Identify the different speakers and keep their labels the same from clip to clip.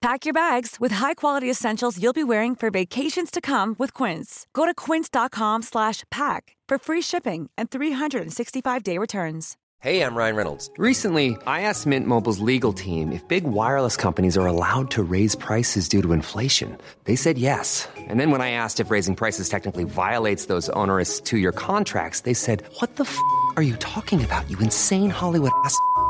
Speaker 1: Pack your bags with high-quality essentials you'll be wearing for vacations to come with Quince. Go to quince.com/pack for free shipping and 365-day returns.
Speaker 2: Hey, I'm Ryan Reynolds. Recently, I asked Mint Mobile's legal team if big wireless companies are allowed to raise prices due to inflation. They said yes. And then when I asked if raising prices technically violates those onerous 2-year contracts, they said, "What the f*** are you talking about? You insane Hollywood ass."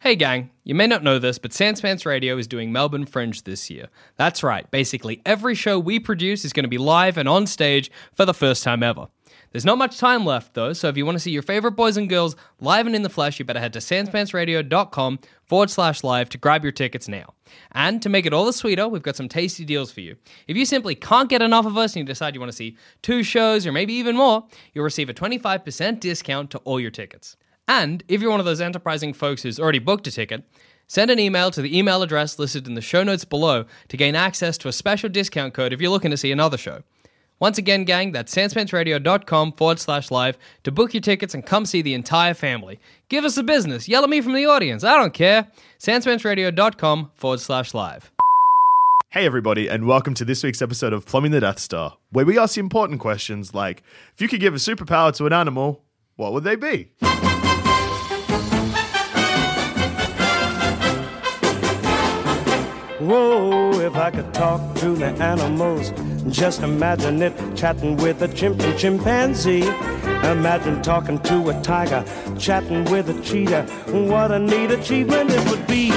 Speaker 3: Hey gang, you may not know this, but Sanspants Radio is doing Melbourne Fringe this year. That's right, basically every show we produce is going to be live and on stage for the first time ever. There's not much time left though, so if you want to see your favorite boys and girls live and in the flesh, you better head to sanspantsradio.com forward slash live to grab your tickets now. And to make it all the sweeter, we've got some tasty deals for you. If you simply can't get enough of us and you decide you want to see two shows or maybe even more, you'll receive a 25% discount to all your tickets. And if you're one of those enterprising folks who's already booked a ticket, send an email to the email address listed in the show notes below to gain access to a special discount code if you're looking to see another show. Once again, gang, that's sanspantsradio.com forward slash live to book your tickets and come see the entire family. Give us a business. Yell at me from the audience. I don't care. sanspantsradio.com forward slash live.
Speaker 4: Hey, everybody, and welcome to this week's episode of Plumbing the Death Star, where we ask important questions like if you could give a superpower to an animal, what would they be?
Speaker 5: Whoa, if I could talk to the animals, just imagine it chatting with a chimp and chimpanzee. Imagine talking to a tiger, chatting with a cheetah. What a neat achievement it would be.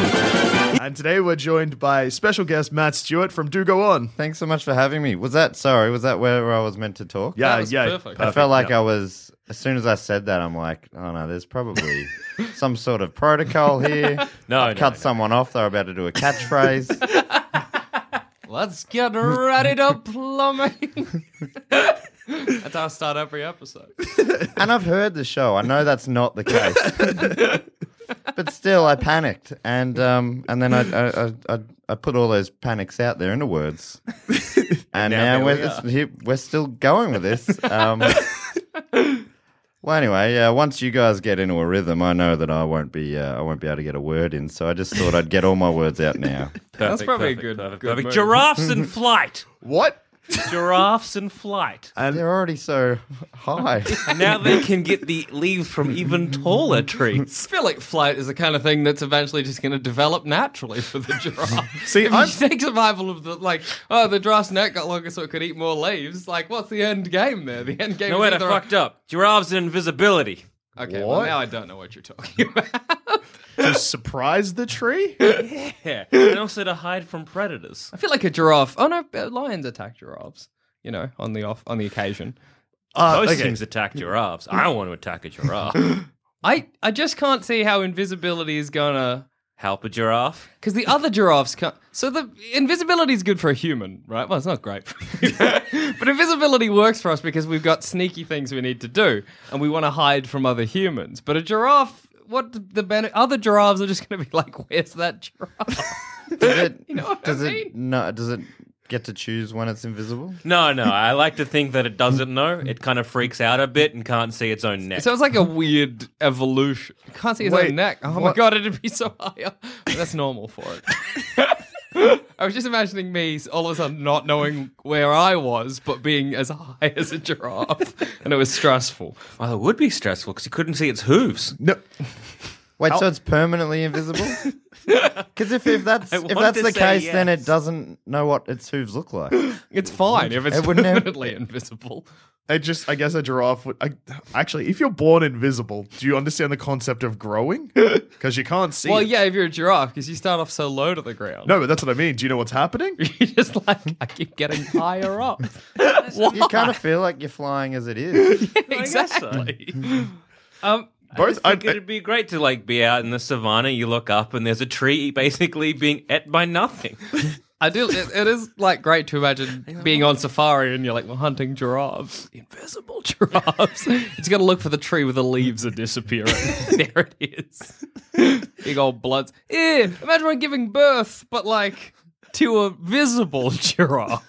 Speaker 4: And today we're joined by special guest Matt Stewart from Do Go On.
Speaker 6: Thanks so much for having me. Was that sorry? Was that where I was meant to talk?
Speaker 4: Yeah,
Speaker 3: That was
Speaker 4: yeah.
Speaker 3: perfect.
Speaker 6: I felt like
Speaker 4: yeah.
Speaker 6: I was. As soon as I said that, I'm like, oh no, there's probably some sort of protocol here.
Speaker 7: No,
Speaker 6: I
Speaker 7: no,
Speaker 6: cut
Speaker 7: no.
Speaker 6: someone off. They're about to do a catchphrase.
Speaker 3: Let's get ready to plumbing. that's how I start every episode.
Speaker 6: and I've heard the show. I know that's not the case. but still, I panicked, and um, and then I I, I I I put all those panics out there into words. And now, we're it's- here- we're still going with this. Um, well, anyway, uh, once you guys get into a rhythm, I know that I won't be uh, I won't be able to get a word in. So I just thought I'd get all my words out now.
Speaker 3: That's probably a good-
Speaker 7: perfect,
Speaker 3: good
Speaker 7: perfect.
Speaker 3: move.
Speaker 7: Giraffes in flight.
Speaker 4: What?
Speaker 7: Giraffes in flight.
Speaker 6: And they're already so high.
Speaker 7: Now they can get the leaves from even taller trees.
Speaker 3: Spillic flight is the kind of thing that's eventually just going to develop naturally for the giraffe.
Speaker 4: See,
Speaker 3: if
Speaker 4: I'm-
Speaker 3: you take survival of the like, oh, the giraffe's neck got longer so it could eat more leaves. Like, what's the end game there? The end game.
Speaker 7: No,
Speaker 3: is
Speaker 7: wait, I
Speaker 3: either-
Speaker 7: fucked up. Giraffes in invisibility.
Speaker 3: Okay, well
Speaker 4: What?
Speaker 3: now I don't know what you're talking about.
Speaker 4: To surprise the tree?
Speaker 7: Yeah. And also to hide from predators.
Speaker 3: I feel like a giraffe. Oh no, uh, lions attack giraffes. You know, on the off on the occasion.
Speaker 4: Uh,
Speaker 7: Most
Speaker 4: okay.
Speaker 7: things attack giraffes. I don't want to attack a giraffe.
Speaker 3: I I just can't see how invisibility is gonna.
Speaker 7: Help a giraffe.
Speaker 3: Because the other giraffes can't. So the invisibility is good for a human, right? Well, it's not great, for a human. but invisibility works for us because we've got sneaky things we need to do, and we want to hide from other humans. But a giraffe, what the- the benefit? Other giraffes are just going to be like, "Where's that giraffe?"
Speaker 6: Does it?
Speaker 3: know what I
Speaker 6: does
Speaker 3: mean?
Speaker 6: it? No. Does it get to choose when it's invisible?
Speaker 7: No, no. I like to think that it doesn't know. It kind of freaks out a bit and can't see its own neck.
Speaker 3: It sounds like a weird evolution. Can't see his
Speaker 4: Wait,
Speaker 3: own neck. Oh my
Speaker 4: what-
Speaker 3: god, it'd be so high up. But that's normal for it. I was just imagining me all of a sudden not knowing where I was, but being as high as a giraffe, and it was stressful.
Speaker 7: well, it would be stressful because you couldn't see its hooves.
Speaker 4: No.
Speaker 6: Wait, so it's permanently invisible? Because if, if that's
Speaker 7: I
Speaker 6: if
Speaker 7: want
Speaker 6: that's
Speaker 7: to
Speaker 6: the
Speaker 7: say
Speaker 6: case, then
Speaker 7: yes.
Speaker 6: it doesn't know what its hooves look like.
Speaker 3: It's fine if it's
Speaker 6: It wouldn't have-
Speaker 3: permanently invisible.
Speaker 4: I just, I guess a giraffe would. I, actually, if you're born invisible, do you understand the concept of growing? Because you can't see.
Speaker 3: Well,
Speaker 4: it.
Speaker 3: yeah, if you're a giraffe, because you start off so low to the ground.
Speaker 4: No, but that's what I mean. Do you know what's happening?
Speaker 3: You're just like, I keep getting higher up. Why?
Speaker 6: You kind of feel like you're flying as it is.
Speaker 3: exactly. um,
Speaker 4: Both. I,
Speaker 7: Like, it'd be great to like be out in the savannah. You look up and there's a tree basically being ate by nothing.
Speaker 3: I do. It, it is like great to imagine being on safari and you're like, we're hunting giraffes, invisible giraffes. it's gonna look for the tree where the leaves are disappearing. there it is. Big old bloods. Yeah, imagine we're giving birth, but like to a visible giraffe.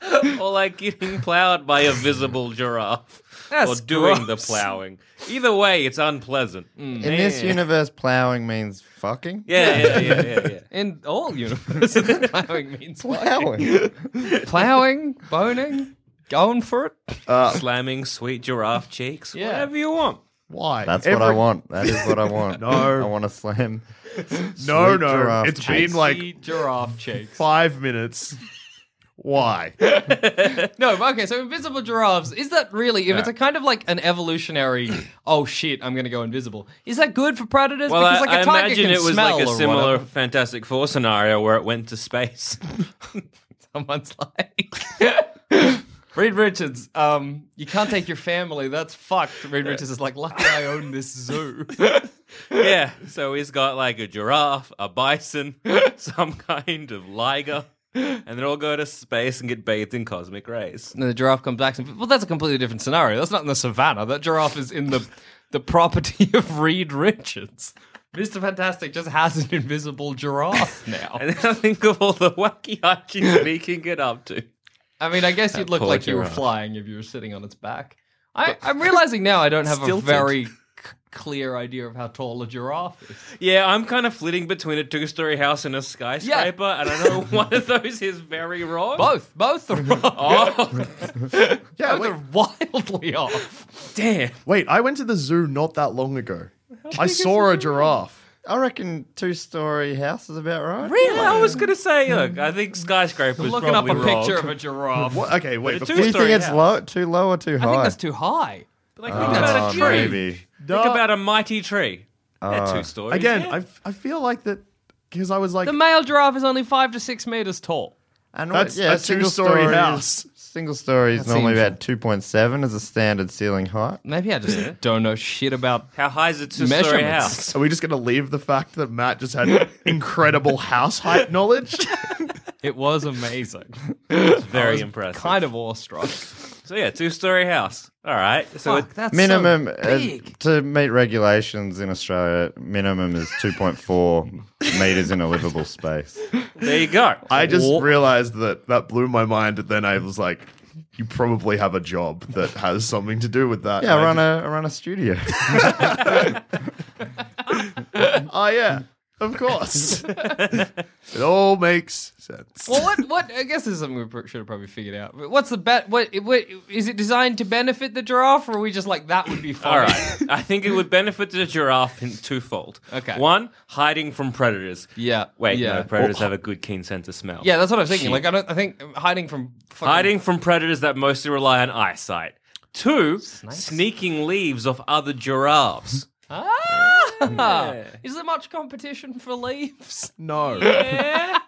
Speaker 7: or like getting plowed by a visible giraffe.
Speaker 3: That's
Speaker 7: or doing
Speaker 3: gross.
Speaker 7: the plowing. Either way, it's unpleasant.
Speaker 6: In this universe, plowing means fucking.
Speaker 7: Yeah, yeah, yeah, yeah, yeah.
Speaker 3: In all universes, plowing means
Speaker 6: Plowing.
Speaker 3: plowing, boning, going for it.
Speaker 7: Slamming sweet giraffe cheeks.
Speaker 3: Yeah.
Speaker 7: Whatever you want.
Speaker 4: why?
Speaker 6: That's
Speaker 4: Every-
Speaker 6: what I want. That is what I want.
Speaker 4: No.
Speaker 6: I want to slam.
Speaker 4: No,
Speaker 6: Sweet
Speaker 4: no.
Speaker 6: giraffe
Speaker 4: It's
Speaker 6: cheeks.
Speaker 4: been like
Speaker 3: See giraffe cheeks.
Speaker 4: five minutes. Why?
Speaker 3: No, but okay, so invisible giraffes, is that really, if it's a kind of like an evolutionary, oh shit, I'm going to go invisible, is that good for predators?
Speaker 7: Well, I,
Speaker 3: like
Speaker 7: I imagine
Speaker 3: can
Speaker 7: it was
Speaker 3: smell
Speaker 7: like a
Speaker 3: or
Speaker 7: similar
Speaker 3: whatever.
Speaker 7: Fantastic Four scenario where it went to space.
Speaker 3: Someone's like, Reed Richards, um, you can't take your family, that's fucked. Reed Richards is like, lucky I own this zoo.
Speaker 7: yeah, so he's got like a giraffe, a bison, some kind of liger, and they all go to space and get bathed in cosmic rays.
Speaker 3: and then the giraffe comes back and, well, that's a completely different scenario. That's not in the savannah. That giraffe is in the, the property of Reed Richards. Mr. Fantastic just has an invisible giraffe now.
Speaker 7: And then I think of all the wacky hijinks we can get up to.
Speaker 3: I mean, I guess you'd look
Speaker 7: poor
Speaker 3: like you were
Speaker 7: giraffe.
Speaker 3: flying if you were sitting on its back. I, I'm realizing now I don't have a
Speaker 7: Stilted.
Speaker 3: very c- clear idea of how tall a giraffe is.
Speaker 7: Yeah, I'm kind of flitting between a two story house and a skyscraper, and I know one of those is very wrong.
Speaker 3: Both, both are off.
Speaker 7: Oh,
Speaker 4: Yeah,
Speaker 3: Both
Speaker 4: wait,
Speaker 3: are wildly off.
Speaker 7: damn.
Speaker 4: wait. I went to the zoo not that long ago. I saw a giraffe.
Speaker 6: I reckon two-story house is about right.
Speaker 7: Really? I was going to say, look, I think skyscraper is
Speaker 3: Looking up
Speaker 7: probably
Speaker 3: a
Speaker 7: wrong.
Speaker 3: picture of a giraffe.
Speaker 4: What? Okay, wait.
Speaker 7: But a
Speaker 4: before-
Speaker 6: Do you think
Speaker 7: Two-story
Speaker 6: it's
Speaker 7: house.
Speaker 6: low, too low or too
Speaker 3: I think
Speaker 6: high?
Speaker 3: that's too high.
Speaker 7: Like,
Speaker 3: Oh,
Speaker 7: think about a tree.
Speaker 6: Maybe.
Speaker 7: Think about a mighty tree.
Speaker 3: Uh,
Speaker 7: They're two stories.
Speaker 4: Again,
Speaker 7: yeah.
Speaker 4: I f- I feel like that because I was like
Speaker 3: The male giraffe is only five to six meters tall.
Speaker 6: And
Speaker 4: That's
Speaker 6: what- yeah,
Speaker 4: a two-story
Speaker 6: single-story is-
Speaker 4: house.
Speaker 6: Single story is normally
Speaker 3: seems-
Speaker 6: about 2.7 as a standard ceiling height.
Speaker 3: Maybe I just don't know shit about.
Speaker 7: How high is a two story
Speaker 3: Measurements.
Speaker 7: house?
Speaker 4: Are we just going to leave the fact that Matt just had incredible house height knowledge?
Speaker 3: It was amazing. I
Speaker 7: Very
Speaker 3: was
Speaker 7: impressive.
Speaker 3: Kind of awestruck.
Speaker 7: So, yeah, two story house. All right. So, it,
Speaker 3: Fuck, that's so
Speaker 6: minimum uh,
Speaker 3: big.
Speaker 6: to meet regulations in Australia, minimum is 2.4 meters in a livable space.
Speaker 7: there you go.
Speaker 4: I just
Speaker 7: Or-
Speaker 4: realized that that blew my mind. And then I was like, you probably have a job that has something to do with that.
Speaker 6: Yeah, I
Speaker 4: And
Speaker 6: run a I run a studio.
Speaker 4: just- Oh, yeah. Of course. it all makes sense.
Speaker 3: Well, what? What? I guess this is something we pro- should have probably figured out. But what's the bet? What, what is it designed to benefit the giraffe, or are we just like that would be fun?
Speaker 7: All right. I think it would benefit the giraffe in twofold.
Speaker 3: Okay.
Speaker 7: One, hiding from predators.
Speaker 3: Yeah,
Speaker 7: Wait,
Speaker 3: yeah. Oh.
Speaker 7: no, predators have a good keen sense of smell.
Speaker 3: Yeah, that's what I was thinking. Like, I don't. I think hiding from fucking,
Speaker 7: Hiding from predators that mostly rely on eyesight. Two, sneaking leaves off other giraffes.
Speaker 3: Ah! Is there much competition for leaves?
Speaker 4: No.
Speaker 7: yeah.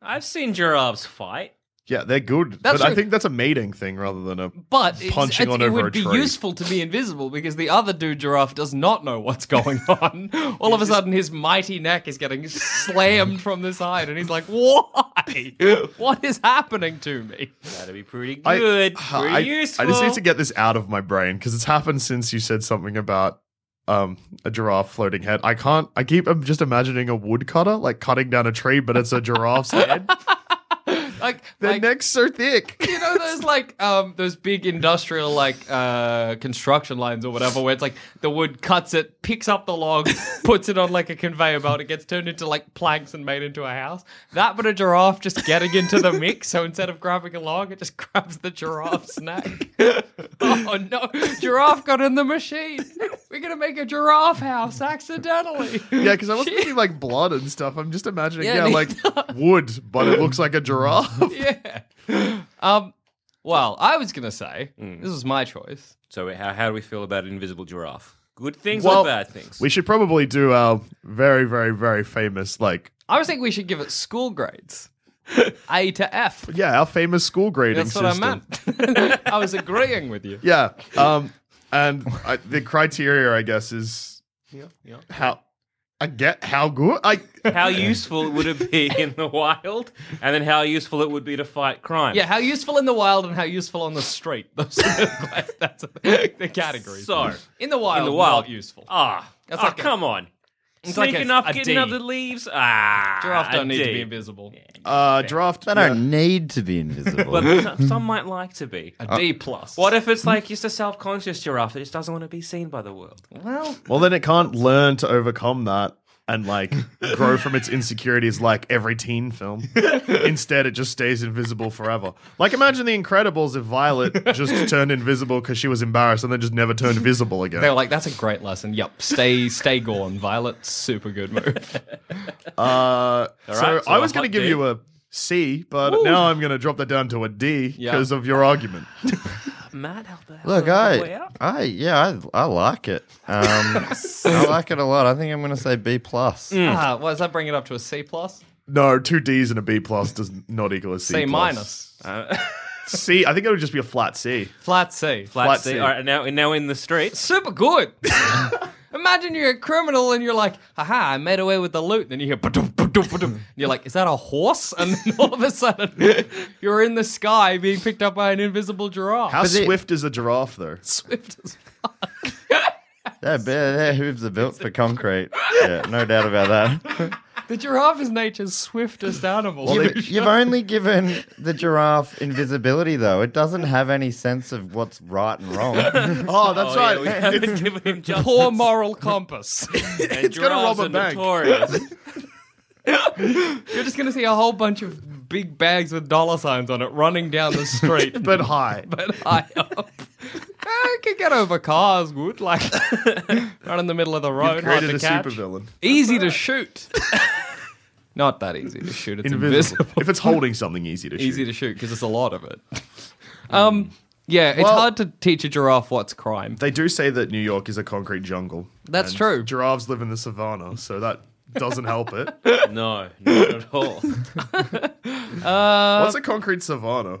Speaker 7: I've seen giraffes fight.
Speaker 4: Yeah, they're good.
Speaker 3: That's
Speaker 4: but I
Speaker 3: true.
Speaker 4: think that's a mating thing rather than a
Speaker 3: But it's,
Speaker 4: punching
Speaker 3: it's-
Speaker 4: on
Speaker 3: it
Speaker 4: over
Speaker 3: would
Speaker 4: a
Speaker 3: be
Speaker 4: tree.
Speaker 3: useful to be invisible because the other dude giraffe does not know what's going on. All of a sudden, his mighty neck is getting slammed from the side, and he's like, "Why? what is happening to me?"
Speaker 7: That'd be pretty
Speaker 4: I-
Speaker 7: good.
Speaker 4: I,
Speaker 7: pretty
Speaker 4: I
Speaker 7: useful.
Speaker 4: just need to get this out of my brain because it's happened since you said something about um, a giraffe floating head. I can't. I keep I'm just imagining a woodcutter like cutting down a tree, but it's a giraffe's head.
Speaker 3: Like,
Speaker 4: Their
Speaker 3: like
Speaker 4: necks so thick.
Speaker 3: you know those like um those big industrial like uh construction lines or whatever where it's like the wood cuts it picks up the log puts it on like a conveyor belt it gets turned into like planks and made into a house that but a giraffe just getting into the mix so instead of grabbing a log it just grabs the giraffe's neck oh no giraffe got in the machine we You're gonna make a giraffe house accidentally.
Speaker 4: Yeah, because I wasn't thinking like blood and stuff. I'm just imagining,
Speaker 3: Yeah,
Speaker 4: yeah,
Speaker 3: me
Speaker 4: like wood, but it looks like a giraffe.
Speaker 3: yeah. Um. Well, I was gonna say
Speaker 4: Mm.
Speaker 3: this was my choice.
Speaker 7: So how, how do we feel about invisible giraffe? Good things
Speaker 4: Well,
Speaker 7: or bad things?
Speaker 4: We should probably do our very, very, very famous, like,
Speaker 3: I was thinking we should give it school grades, A to F.
Speaker 4: yeah, our famous school grading
Speaker 3: That's what
Speaker 4: system.
Speaker 3: I meant. I was agreeing with you.
Speaker 4: Yeah. Um, and I, the criteria, I guess, is how I get how good I.
Speaker 7: how useful would it be in the wild, and then how useful it would be to fight crime?
Speaker 3: Yeah, how useful in the wild and how useful on the street. Those are the, that's the categories.
Speaker 7: So
Speaker 3: in the wild,
Speaker 7: in the wild,
Speaker 3: not useful.
Speaker 7: Ah,
Speaker 3: That's
Speaker 7: ah,
Speaker 3: like a-
Speaker 7: come on.
Speaker 3: It's like
Speaker 7: Sneaking
Speaker 3: a-
Speaker 7: up,
Speaker 3: a
Speaker 7: getting
Speaker 3: D.
Speaker 7: up the leaves. Ah,
Speaker 3: Giraffe don't
Speaker 7: a
Speaker 3: need to
Speaker 7: D.
Speaker 3: be invisible.
Speaker 4: Uh, draft.
Speaker 6: They
Speaker 4: yeah.
Speaker 6: don't need to be invisible.
Speaker 7: But s- some might like to be.
Speaker 3: A D plus.
Speaker 7: What if it's like just a self-conscious giraffe that just doesn't want to be seen by the world?
Speaker 3: Well,
Speaker 4: Well, then it can't learn to overcome that and like grow from its insecurities like every teen film. Instead, it just stays invisible forever. Like, imagine The Incredibles if Violet just turned invisible because she was embarrassed and then just never turned visible again.
Speaker 3: they were like, "That's a great lesson." Yep, stay, stay gone, Violet. Super good move.
Speaker 4: Uh, so
Speaker 7: right, so
Speaker 4: I was
Speaker 7: a
Speaker 4: going to give
Speaker 7: hot D.
Speaker 4: you a C, but now I'm going to drop that down to a D
Speaker 3: Yeah.
Speaker 4: because of your argument.
Speaker 7: Matt, help, help
Speaker 6: Look,
Speaker 7: help me
Speaker 6: I,
Speaker 7: out.
Speaker 6: I, yeah, I, I like it. Um, I like it a lot. I think I'm going to say B plus.
Speaker 7: Hmm.
Speaker 3: Ah, what does that bring it up to a C plus?
Speaker 4: No, two D's and a B plus does not equal a C.
Speaker 3: C
Speaker 4: plus.
Speaker 3: minus.
Speaker 7: Uh,
Speaker 4: C. I think it would just be a flat C.
Speaker 3: Flat C.
Speaker 7: Flat,
Speaker 4: Flat
Speaker 7: C.
Speaker 4: C.
Speaker 7: All right, now now in the streets.
Speaker 3: Super good. Imagine you're a criminal and you're like, haha, I made away with the loot. Then you hear, ba-dum, ba-dum, ba-dum. And you're like, is that a horse? And then all of a sudden, you're in the sky being picked up by an invisible giraffe.
Speaker 4: How
Speaker 6: But it-
Speaker 4: swift is a giraffe, though?
Speaker 3: swift as
Speaker 6: Their, bear- their hooves are built for concrete. Yeah, no doubt about that.
Speaker 3: The giraffe is nature's swiftest animal.
Speaker 6: You've, you've only given the giraffe invisibility, though. It doesn't have any sense of what's right and wrong.
Speaker 4: Oh, that's
Speaker 7: Oh, yeah,
Speaker 4: right.
Speaker 7: we haven't given him justice.
Speaker 3: Poor moral compass.
Speaker 7: And
Speaker 4: It's gonna rob
Speaker 7: giraffes
Speaker 4: a
Speaker 7: are
Speaker 4: bank.
Speaker 7: notorious.
Speaker 3: You're just going to see a whole bunch of big bags with dollar signs on it running down the street,
Speaker 4: but high.
Speaker 3: but high up. I could get over cars, would like right in the middle of the road.
Speaker 4: You've
Speaker 3: hard
Speaker 4: created
Speaker 3: to
Speaker 4: a
Speaker 3: catch.
Speaker 4: supervillain.
Speaker 3: Easy to shoot. Not that easy to shoot. It's invisible.
Speaker 4: Invisible. if it's holding something easy to
Speaker 3: Easy
Speaker 4: shoot.
Speaker 3: to shoot because there's a lot of it. Um, yeah, it's
Speaker 4: Well-
Speaker 3: hard to teach a giraffe what's crime.
Speaker 4: They do say that New York is a concrete jungle.
Speaker 3: That's
Speaker 4: and
Speaker 3: true.
Speaker 4: Giraffes live in the savannah, so that doesn't help it.
Speaker 7: No, not at all.
Speaker 4: What's a concrete savannah?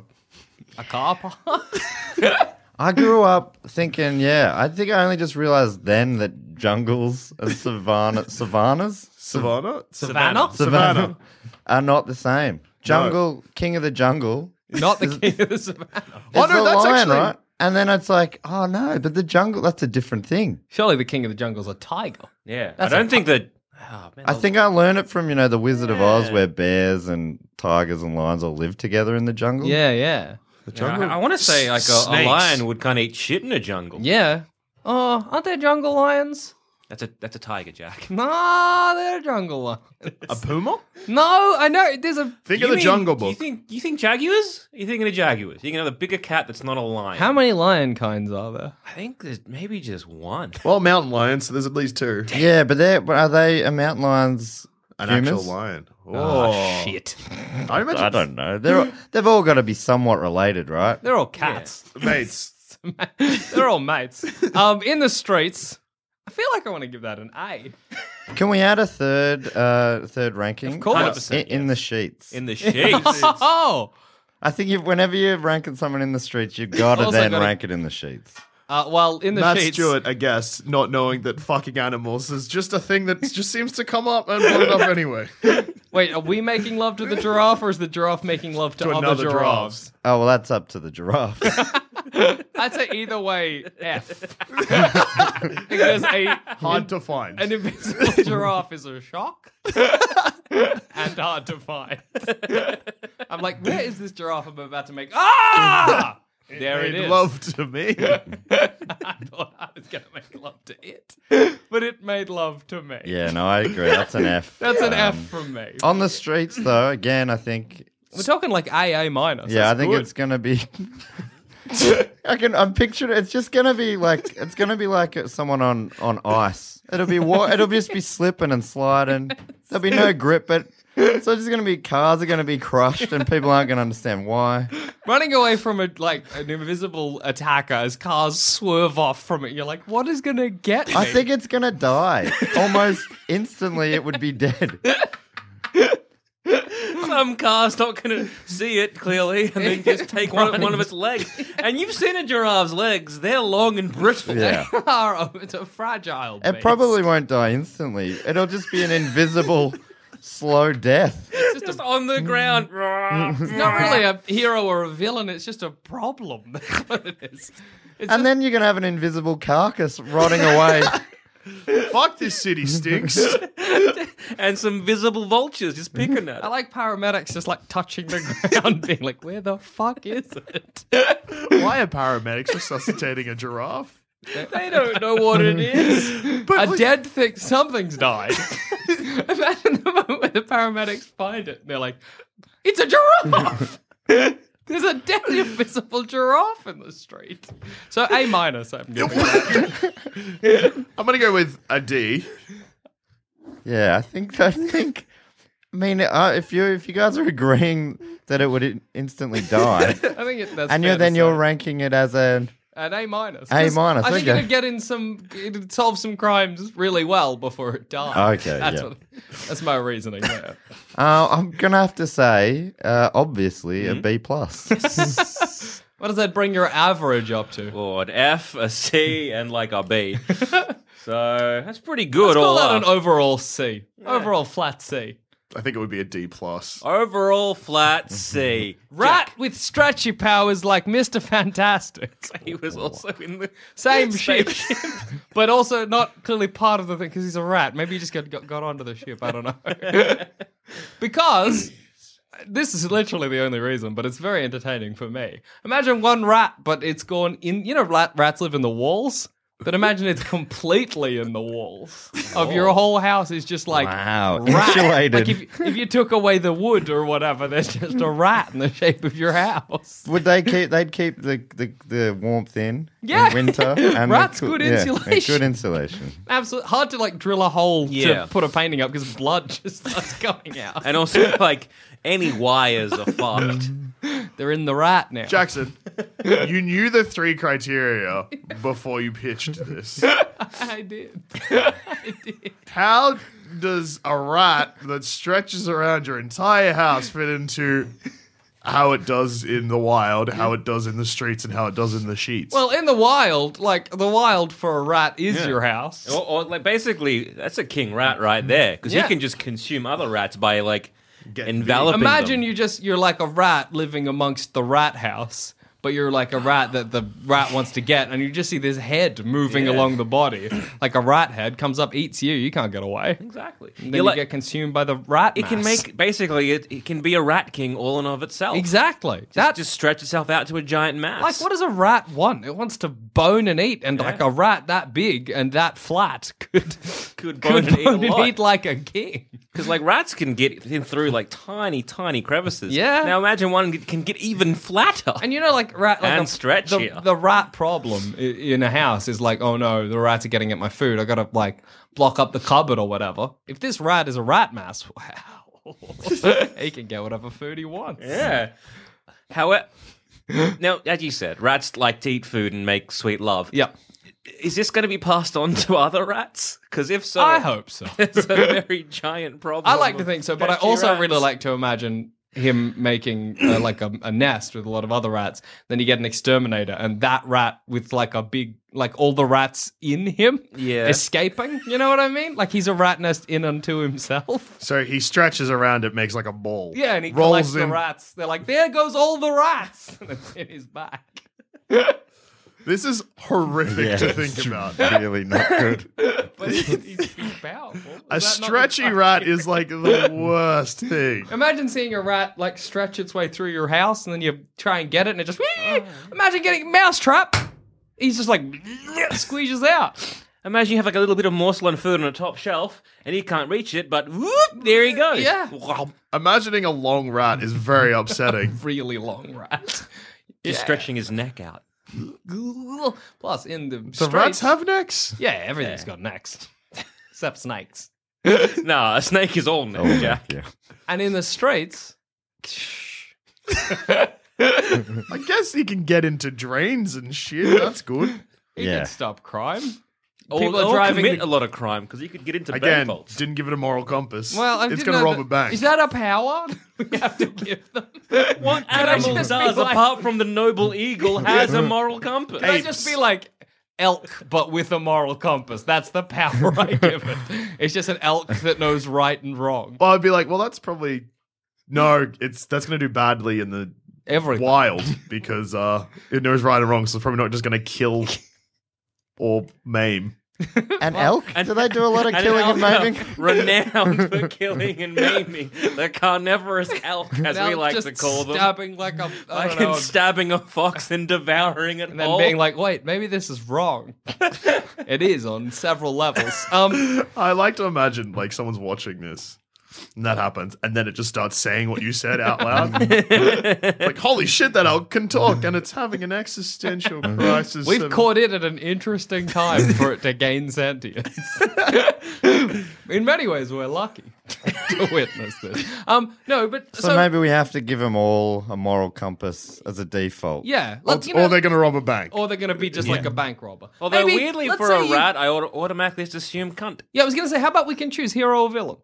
Speaker 3: A car park.
Speaker 6: I grew up thinking, yeah, I think I only just realized then that jungles and savanna, savannas
Speaker 4: Savannah?
Speaker 3: Savannah?
Speaker 6: Savannah are not the same. Jungle, king of the jungle.
Speaker 3: Not the king of the savannah.
Speaker 4: Oh,
Speaker 6: It's
Speaker 4: no,
Speaker 6: the
Speaker 4: that's
Speaker 6: lion,
Speaker 4: actually-
Speaker 6: right. And then it's like, oh no, but the jungle, that's a different thing.
Speaker 3: Surely the king of the jungle's a tiger.
Speaker 7: Yeah, I don't think that. Oh, man,
Speaker 6: I think I learned it from, you know, The Wizard of Oz, where bears and tigers and lions all live together in the jungle.
Speaker 3: Yeah, yeah,
Speaker 7: I, want to say like a, a
Speaker 4: Snakes.
Speaker 7: lion would kind of eat shit in a jungle.
Speaker 3: yeah. Oh, aren't there jungle lions?
Speaker 7: That's a that's a tiger, Jack.
Speaker 3: Nah, they're jungle lions.
Speaker 4: A puma?
Speaker 3: No, I know. There's a.
Speaker 4: Think of the Jungle
Speaker 7: You
Speaker 4: Book.
Speaker 7: think you think jaguars? You thinking of jaguars? You can have a bigger cat that's not a lion.
Speaker 3: How many lion kinds are there?
Speaker 7: I think there's maybe just one.
Speaker 4: Well, mountain lions, so there's at least two.
Speaker 6: Yeah, but they're, but are they a mountain lion's
Speaker 4: An
Speaker 6: humans?
Speaker 4: actual lion. Oh,
Speaker 3: Shit.
Speaker 4: I imagine.
Speaker 6: I don't know. They're, they've all got to be somewhat related, right?
Speaker 3: They're all cats.
Speaker 4: Mates.
Speaker 3: They're all mates. Um, in the streets. I feel like I want to give that an A.
Speaker 6: Can we add a third uh, third ranking?
Speaker 3: Of course.
Speaker 7: 100%,
Speaker 6: In, in the sheets.
Speaker 7: In the sheets.
Speaker 3: Oh,
Speaker 6: I think you whenever you're ranking someone in the streets, you've got to
Speaker 3: Also
Speaker 6: then
Speaker 3: gotta-
Speaker 6: rank it in the sheets.
Speaker 3: uh, well, in the
Speaker 4: Matt
Speaker 3: sheets.
Speaker 4: Stewart, I guess, not knowing that fucking animals is just a thing that just seems to come up and put it up anyway.
Speaker 3: Wait, are we making love to the giraffe, or is the giraffe making love to,
Speaker 4: To
Speaker 3: other
Speaker 4: another
Speaker 3: giraffes?
Speaker 6: Oh well, that's up to the giraffe.
Speaker 3: I'd say either way, F. because a
Speaker 4: Hard to find.
Speaker 3: an invisible giraffe is a shock and hard to find. I'm like, where is this giraffe I'm about to make? Ah! There it
Speaker 4: Made
Speaker 3: is.
Speaker 4: love to me.
Speaker 3: I thought I was going to make love to it, but it made love to me.
Speaker 6: yeah, no, I agree. That's an F.
Speaker 3: That's an
Speaker 6: Um,
Speaker 3: F from me.
Speaker 6: On the streets, though, again, I think.
Speaker 3: We're talking like AA minus.
Speaker 6: yeah, I
Speaker 3: That's
Speaker 6: think
Speaker 3: good.
Speaker 6: it's going to be. I can. I'm picturing. It's just gonna be like. It's gonna be like someone on on ice. It'll be. Wa- it'll just be slipping and sliding. There'll be no grip. But so it's just gonna be cars are gonna be crushed and people aren't gonna understand why.
Speaker 3: Running away from a like an invisible attacker as cars swerve off from it. You're like, what is gonna get me?
Speaker 6: I think it's gonna die almost instantly. It would be dead.
Speaker 7: Some car's not going to see it clearly and then just take one, of- one of its legs. And you've seen a giraffe's legs, they're long and brittle.
Speaker 6: Yeah.
Speaker 3: Are- it's a fragile.
Speaker 6: It
Speaker 3: beast.
Speaker 6: probably won't die instantly. It'll just be an invisible, slow death.
Speaker 3: It's just
Speaker 7: Just
Speaker 3: a-
Speaker 7: on
Speaker 4: Mm-hmm.
Speaker 7: the ground.
Speaker 3: it's not really a hero or a villain. It's just a problem. That's what it is. It's
Speaker 6: And then you're gonna have an invisible carcass rotting away.
Speaker 4: Fuck this city stinks.
Speaker 7: and some visible vultures just
Speaker 4: Mm-hmm.
Speaker 7: picking at
Speaker 3: I
Speaker 7: it.
Speaker 3: like paramedics just like touching the ground, being like, "Where the fuck is it?"
Speaker 4: Why are paramedics resuscitating a giraffe?
Speaker 3: They don't know what it is. a dead thing. Something's died. Imagine the moment where the paramedics find it. And they're like, "It's a giraffe." There's a dead invisible giraffe in the street. So A minus, I'm giving.
Speaker 4: I'm gonna go with a D.
Speaker 6: Yeah, I think I think. I mean, uh, if you if you guys are agreeing that it would in- instantly die,
Speaker 3: I think it, that's
Speaker 6: and
Speaker 3: fair
Speaker 6: you're,
Speaker 3: to
Speaker 6: then
Speaker 3: say.
Speaker 6: you're ranking it as a
Speaker 3: an A minus.
Speaker 6: A minus,
Speaker 3: I think
Speaker 6: okay.
Speaker 3: it'd get in some, it'd solve some crimes really well before it died.
Speaker 6: Okay,
Speaker 3: that's
Speaker 6: yeah.
Speaker 3: that's my reasoning. Yeah.
Speaker 6: uh, I'm gonna have to say, uh, obviously a B plus.
Speaker 3: what does that bring your average up to?
Speaker 7: Or an F, a C, and like a B. so that's pretty
Speaker 3: Let's
Speaker 7: good.
Speaker 3: call
Speaker 7: all
Speaker 3: that an
Speaker 7: up.
Speaker 3: overall C. Overall flat C.
Speaker 4: I think it would be a D plus.
Speaker 7: overall flat C.
Speaker 3: Rat with stretchy powers like Mr. Fantastic.
Speaker 7: He was also in the
Speaker 3: Same ship,
Speaker 7: Spaceship.
Speaker 3: but also not clearly part of the thing because he's a rat. Maybe he just got, got, got onto the ship. I don't know. because this is literally the only reason, but it's very entertaining for me. Imagine one rat, but it's gone in. You know, rat, rats live in the walls. But imagine it's completely in the walls of your whole house. Is just like
Speaker 6: Wow,
Speaker 3: rat.
Speaker 6: insulated.
Speaker 3: Like if, if you took away the wood or whatever, there's just a rat in the shape of your house.
Speaker 6: Would they keep? They'd keep the, the, the warmth in
Speaker 3: Yeah.
Speaker 6: in winter. And the
Speaker 3: Rats,
Speaker 6: cool-
Speaker 3: good
Speaker 6: yeah, and
Speaker 3: insulation.
Speaker 6: good insulation.
Speaker 3: Absolutely hard to like drill a hole to
Speaker 7: Yeah.
Speaker 3: put a painting up because blood just starts coming out.
Speaker 7: And also, like, any wires are fucked.
Speaker 3: They're in the rat now.
Speaker 4: Jackson, you knew the three criteria before you pitched this.
Speaker 3: I did. I did.
Speaker 4: How does a rat that stretches around your entire house fit into how it does in the wild, how it does in the streets, and how it does in the sheets?
Speaker 3: Well, in the wild, like the wild for a rat is your house.
Speaker 7: Or, or like basically, that's a king rat right there because
Speaker 3: Yeah.
Speaker 7: he can just consume other rats by like
Speaker 4: Get
Speaker 7: enveloping.
Speaker 3: Imagine
Speaker 7: them.
Speaker 3: you just you're like a rat living amongst the rat house, but you're like a rat that the rat wants to get, and you just see this head moving
Speaker 7: Yeah.
Speaker 3: along the body, like a rat head comes up, eats you. You can't get away.
Speaker 7: exactly.
Speaker 3: Then
Speaker 7: You're
Speaker 3: you
Speaker 7: like-
Speaker 3: get consumed by the rat.
Speaker 7: it can
Speaker 3: mass.
Speaker 7: make basically it, it can be a rat king all in of itself.
Speaker 3: exactly
Speaker 7: That
Speaker 3: that
Speaker 7: just stretch itself out to a giant mass.
Speaker 3: Like, what does a rat want? It wants to bone and eat, and like a rat that big and that flat could
Speaker 7: Could bone and eat a lot.
Speaker 3: like a king.
Speaker 7: Because like rats can get in through like tiny, tiny crevices.
Speaker 3: Yeah.
Speaker 7: Now imagine one get- can get even flatter.
Speaker 3: And you know, like rat, like
Speaker 7: And
Speaker 3: a- the,
Speaker 7: stretchier.
Speaker 3: the rat problem i- in a house is like, oh no, the rats are getting at my food. I gotta like block up the cupboard or whatever. If this rat is a rat mass, wow, he can get whatever food he wants.
Speaker 7: yeah. However, now as you said, rats like to eat food and make sweet love.
Speaker 3: yeah.
Speaker 7: Is this going to be passed on to other rats? Because if so,
Speaker 3: I hope so.
Speaker 7: it's a very giant problem.
Speaker 3: I like to
Speaker 7: of
Speaker 3: think so, but I
Speaker 7: stretchy
Speaker 3: also
Speaker 7: rats.
Speaker 3: really like to imagine him making uh, like a, a nest with a lot of other rats. Then you get an exterminator, and that rat with like a big, like all the rats in him,
Speaker 7: Yeah.
Speaker 3: escaping. You know what I mean? Like he's a rat nest in unto himself.
Speaker 4: so he stretches around, it makes like a ball.
Speaker 3: Yeah, and he
Speaker 4: rolls
Speaker 3: collects the rats. They're like, there goes all the rats, and it's in his back.
Speaker 4: This is horrific to think about.
Speaker 6: Really not good.
Speaker 3: But he's, he's powerful. Is that
Speaker 4: A
Speaker 3: not the
Speaker 4: stretchy
Speaker 3: fact?
Speaker 4: rat is like the worst thing.
Speaker 3: Imagine seeing a rat like stretch its way through your house and then you try and get it and it just Imagine getting mouse trap. He's just like squeezes out.
Speaker 7: Imagine you have like a little bit of morsel on food on a top shelf, and he can't reach it, but whoop, there he goes.
Speaker 3: Yeah.
Speaker 7: Wow.
Speaker 4: Imagining a long rat is very upsetting.
Speaker 3: Really long rat.
Speaker 7: Just stretching his neck out.
Speaker 3: Plus, in the
Speaker 4: Do rats have necks?
Speaker 3: yeah, everything's got necks except snakes.
Speaker 7: Nah, a snake is all neck, Jack.
Speaker 6: Yeah.
Speaker 3: And in the straits,
Speaker 4: I guess he can get into drains and shit. That's good.
Speaker 3: you
Speaker 6: Yeah.
Speaker 3: can stop crime.
Speaker 7: Or-
Speaker 3: People are
Speaker 7: or
Speaker 3: driving
Speaker 7: commit
Speaker 3: the-
Speaker 7: a lot of crime because he could get into
Speaker 4: Again,
Speaker 7: faults.
Speaker 4: didn't give it a moral compass.
Speaker 3: Well, I
Speaker 4: it's
Speaker 3: didn't
Speaker 4: going to
Speaker 3: know
Speaker 4: rob
Speaker 3: that-
Speaker 4: a bank.
Speaker 3: Is that a power we have to give them?
Speaker 7: What animal does,
Speaker 3: just be like-
Speaker 7: apart from the noble eagle, has a moral compass?
Speaker 3: Can I just be like elk, but with a moral compass? That's the power I give it. It's just an elk that knows right and wrong.
Speaker 4: well, I'd be like, well, that's probably no. It's that's going to do badly in the
Speaker 3: Everything.
Speaker 4: wild because uh, it knows right and wrong, so it's probably not just going to kill or maim.
Speaker 6: And elk? Do they do a lot of
Speaker 7: And
Speaker 6: killing and
Speaker 7: an elk,
Speaker 6: maiming?
Speaker 7: Renowned for killing and maiming. The carnivorous elk, as we
Speaker 3: Elk
Speaker 7: like
Speaker 3: just
Speaker 7: to call them.
Speaker 3: stabbing like a I don't
Speaker 7: Fucking
Speaker 3: know,
Speaker 7: stabbing a fox and devouring it
Speaker 3: and then
Speaker 7: whole.
Speaker 3: being like, wait, maybe this is wrong. it is on several levels. Um,
Speaker 4: I like to imagine like someone's watching this. And that happens, and then it just starts saying what you said out loud. It's like, holy shit, that elk can talk, and it's having an existential crisis.
Speaker 3: we've
Speaker 4: of-
Speaker 3: caught it at an interesting time for it to gain sentience. In many ways, we're lucky to witness this. Um, no, but so,
Speaker 6: So, maybe we have to give them all a moral compass as a default.
Speaker 3: yeah,
Speaker 4: Or,
Speaker 3: let's you know,
Speaker 4: or they're going to rob a bank.
Speaker 3: or they're going to be just like a bank robber.
Speaker 7: Although
Speaker 3: Maybe-
Speaker 7: weirdly,
Speaker 3: let's
Speaker 7: for
Speaker 3: say
Speaker 7: a
Speaker 3: you-
Speaker 7: rat, I auto- automatically just assume cunt.
Speaker 3: yeah, I was going to say, how about we can choose hero or villain?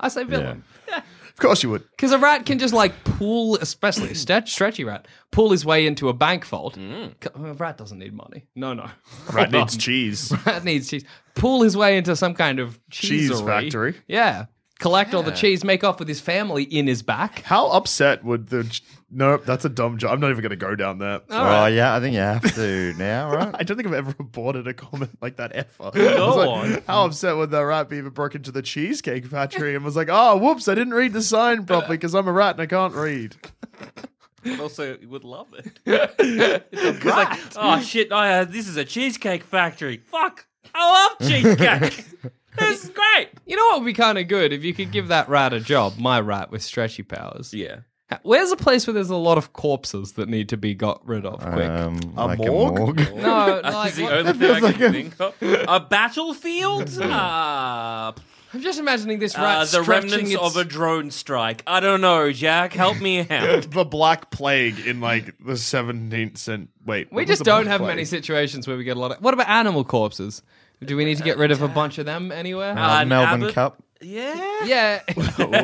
Speaker 3: I say villain
Speaker 4: of course you would.
Speaker 3: because a rat can just like pull, especially a stat- stretchy rat, pull his way into a bank vault.
Speaker 7: Mm.
Speaker 3: C- A rat doesn't need money. No, no,
Speaker 4: Rat needs cheese.
Speaker 3: rat needs cheese. Pull his way into some kind of
Speaker 4: Cheese
Speaker 3: cheesery.
Speaker 4: factory.
Speaker 3: Yeah, collect all the cheese, make off with his family in his back.
Speaker 4: How upset would the? ch- Nope, that's a dumb job. I'm not even going to go down there.
Speaker 6: Oh, yeah, I think you have to now, right?
Speaker 4: I don't think I've ever aborted a comment like that ever.
Speaker 7: Go
Speaker 4: I was like,
Speaker 7: on.
Speaker 4: How upset would that rat be if it broke into the cheesecake factory and was like, "Oh, whoops, I didn't read the sign properly because I'm a rat and I can't read."
Speaker 7: But also, you would love it. it's a like, oh shit! I, uh, this is a cheesecake factory. Fuck! I love cheesecake. this is great.
Speaker 3: You know what would be kind of good if you could give that rat a job, my rat with stretchy powers.
Speaker 7: Yeah.
Speaker 3: Where's a place where there's a lot of corpses that need to be got rid of quick?
Speaker 6: Um,
Speaker 4: A
Speaker 6: like
Speaker 4: morgue?
Speaker 6: a morgue.
Speaker 3: no,
Speaker 7: That's
Speaker 3: like,
Speaker 7: the
Speaker 3: what-
Speaker 7: only thing I can think of. A battlefield? Ah,
Speaker 3: I'm just imagining this rat
Speaker 7: uh, the
Speaker 3: stretching
Speaker 7: remnants
Speaker 3: its-
Speaker 7: of a drone strike. I don't know, Jack. Help me out.
Speaker 4: the Black Plague in like the 17th cent. Wait,
Speaker 3: We just don't have many situations where we get a lot of. What about animal corpses? Do we need to get rid of a bunch of them anywhere?
Speaker 7: Uh,
Speaker 6: Uh,
Speaker 7: an
Speaker 6: Melbourne
Speaker 7: abbot-
Speaker 6: Cup.
Speaker 7: Yeah.
Speaker 3: yeah,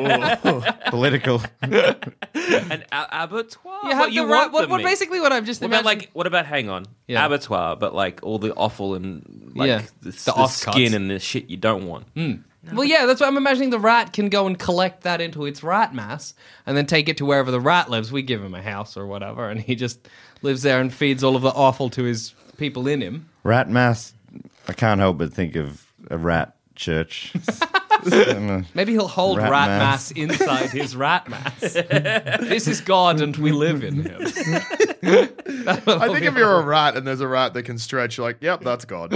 Speaker 6: Political.
Speaker 7: An a- abattoir.
Speaker 3: you have
Speaker 7: you
Speaker 3: the rat.
Speaker 7: want
Speaker 3: What,
Speaker 7: them
Speaker 3: what
Speaker 7: in.
Speaker 3: basically what I'm just
Speaker 7: What about
Speaker 3: imagining.
Speaker 7: like? What about? Hang on,
Speaker 3: Yeah.
Speaker 7: abattoir, but like all the offal and like
Speaker 3: Yeah.
Speaker 7: the,
Speaker 3: The
Speaker 7: the,
Speaker 3: offcuts.
Speaker 7: skin and the shit you don't want.
Speaker 3: Well, yeah, that's what I'm imagining. The rat can go and collect that into its rat mass, and then take it to wherever the rat lives. We give him a house or whatever, and he just lives there and feeds all of the offal to his people in him.
Speaker 6: Rat mass. I can't help but think of a rat church. Um,
Speaker 3: Maybe he'll hold rat,
Speaker 6: Rat
Speaker 3: mass.
Speaker 6: mass.
Speaker 3: inside his rat mass. this is God, and we live in him.
Speaker 4: I think if you're a rat and there's a rat that can stretch, you're like, "Yep, that's God."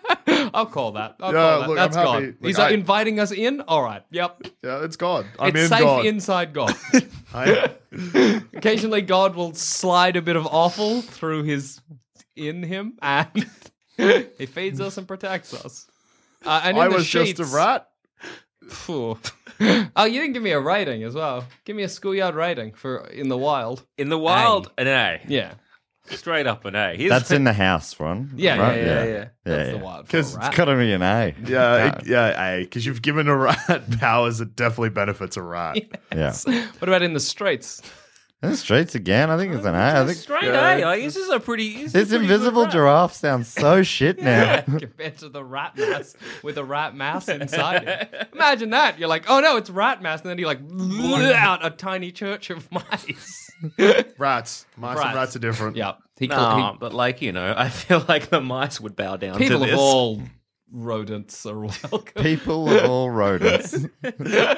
Speaker 3: I'll call that. I'll
Speaker 4: Yeah,
Speaker 3: call that.
Speaker 4: look,
Speaker 3: That's
Speaker 4: I'm
Speaker 3: God.
Speaker 4: happy. Look,
Speaker 3: He's
Speaker 4: I-
Speaker 3: inviting us in. All right. Yep.
Speaker 4: yeah, it's God. I'm
Speaker 3: it's
Speaker 4: in
Speaker 3: safe
Speaker 4: God.
Speaker 3: inside God.
Speaker 4: I-
Speaker 3: Occasionally, God will slide a bit of offal through his in him, and he feeds us and protects us. Uh, and in
Speaker 4: I
Speaker 3: the
Speaker 4: was
Speaker 3: sheets,
Speaker 4: just a rat.
Speaker 3: phew. Oh, you didn't give me a rating as well. Give me a schoolyard rating for in the wild.
Speaker 7: In the wild, an A,
Speaker 3: Yeah.
Speaker 7: straight up an A. Here's
Speaker 6: That's in the house, Ron.
Speaker 3: Yeah,
Speaker 6: right?
Speaker 3: yeah, yeah, yeah, yeah. That's the
Speaker 6: yeah.
Speaker 3: wild. for a
Speaker 4: 'Cause it's
Speaker 3: rat.
Speaker 6: It's got to be an A.
Speaker 4: Yeah, it- yeah, A. Because you've given a rat powers that definitely benefits a rat.
Speaker 6: Yeah.
Speaker 3: What about in the streets?
Speaker 6: And the streets again. I think it's an A. I think
Speaker 7: straight A. Like, this is a pretty. This, is a
Speaker 6: this
Speaker 7: pretty good
Speaker 6: invisible
Speaker 7: rat.
Speaker 6: giraffe sounds so shit now.
Speaker 3: compared to the rat mass with a rat mass inside it. Imagine that. You're like, oh no, it's rat mass, and then you like out a tiny church of mice.
Speaker 4: Rats, mice
Speaker 3: Rats.
Speaker 4: and rats are different.
Speaker 3: yep. He, cl-
Speaker 7: Nah, but like you know, I feel like the mice would bow down
Speaker 3: he, people
Speaker 7: to
Speaker 3: of
Speaker 7: this.
Speaker 3: all rodents are welcome.
Speaker 6: People of all rodents.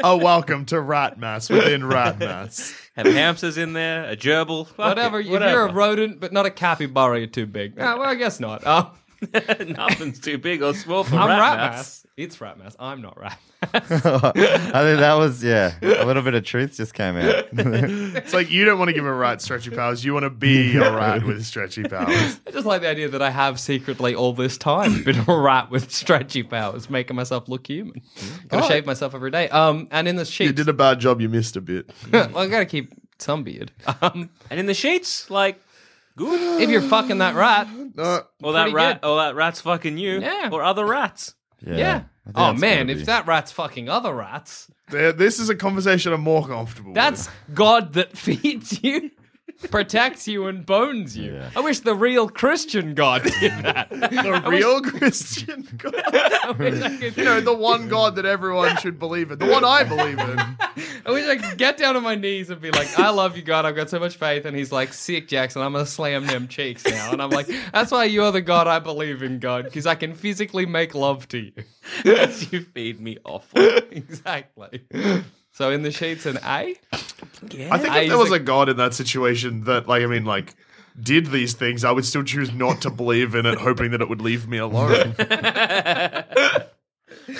Speaker 4: Oh, welcome to rat mass within rat mass.
Speaker 7: Have hamsters in there, a gerbil, fuck
Speaker 3: Whatever,
Speaker 7: it,
Speaker 3: if you're a rodent, but not a capybara, you're too big. Ah, well, I guess not. Oh,
Speaker 7: Nothing's too big or small for
Speaker 3: I'm
Speaker 7: rat,
Speaker 3: rat
Speaker 7: mats.
Speaker 3: mass. It's rat mass. I'm not rat.
Speaker 6: I think that was yeah. A little bit of truth just came out.
Speaker 4: It's like you don't want to give a rat stretchy powers. You want to be a rat with stretchy powers.
Speaker 3: I just like the idea that I have secretly all this time been a rat with stretchy powers, making myself look human. Gotta shave myself every day. Um, and in the
Speaker 4: You
Speaker 3: sheets,
Speaker 4: did a bad job. You missed a bit.
Speaker 3: well, I gotta keep some beard. Um,
Speaker 7: And in the sheets, like, good.
Speaker 3: if you're fucking that rat,
Speaker 4: No,
Speaker 7: Or that
Speaker 3: pretty
Speaker 7: rat,
Speaker 3: good.
Speaker 7: or that rat's fucking you,
Speaker 3: Yeah.
Speaker 7: or other rats.
Speaker 6: Yeah.
Speaker 3: yeah.
Speaker 6: I think
Speaker 3: Oh
Speaker 6: that's
Speaker 3: man,
Speaker 6: gotta
Speaker 3: if
Speaker 6: be-
Speaker 3: that rat's fucking other rats,
Speaker 4: th- this is a conversation I'm more comfortable.
Speaker 3: that's
Speaker 4: with.
Speaker 3: God that feeds you, protects you, and bones you.
Speaker 6: Yeah.
Speaker 3: I wish the real Christian God did that.
Speaker 4: the real Christian God.
Speaker 3: I wish I could-
Speaker 4: You know, the one God that everyone should believe in. The one I believe in.
Speaker 3: I wish I could get down on my knees and be like, I love you, God. I've got so much faith. And he's like, sick, Jackson. I'm going to slam them cheeks now. And I'm like, that's why you're the God I believe in, God, because I can physically make love to you.
Speaker 7: you feed me awful.
Speaker 3: exactly. So in the sheets, an A?
Speaker 4: I think if there
Speaker 3: Isaac-
Speaker 4: was a God in that situation that, like, I mean, like, did these things, I would still choose not to believe in it, hoping that it would leave me alone.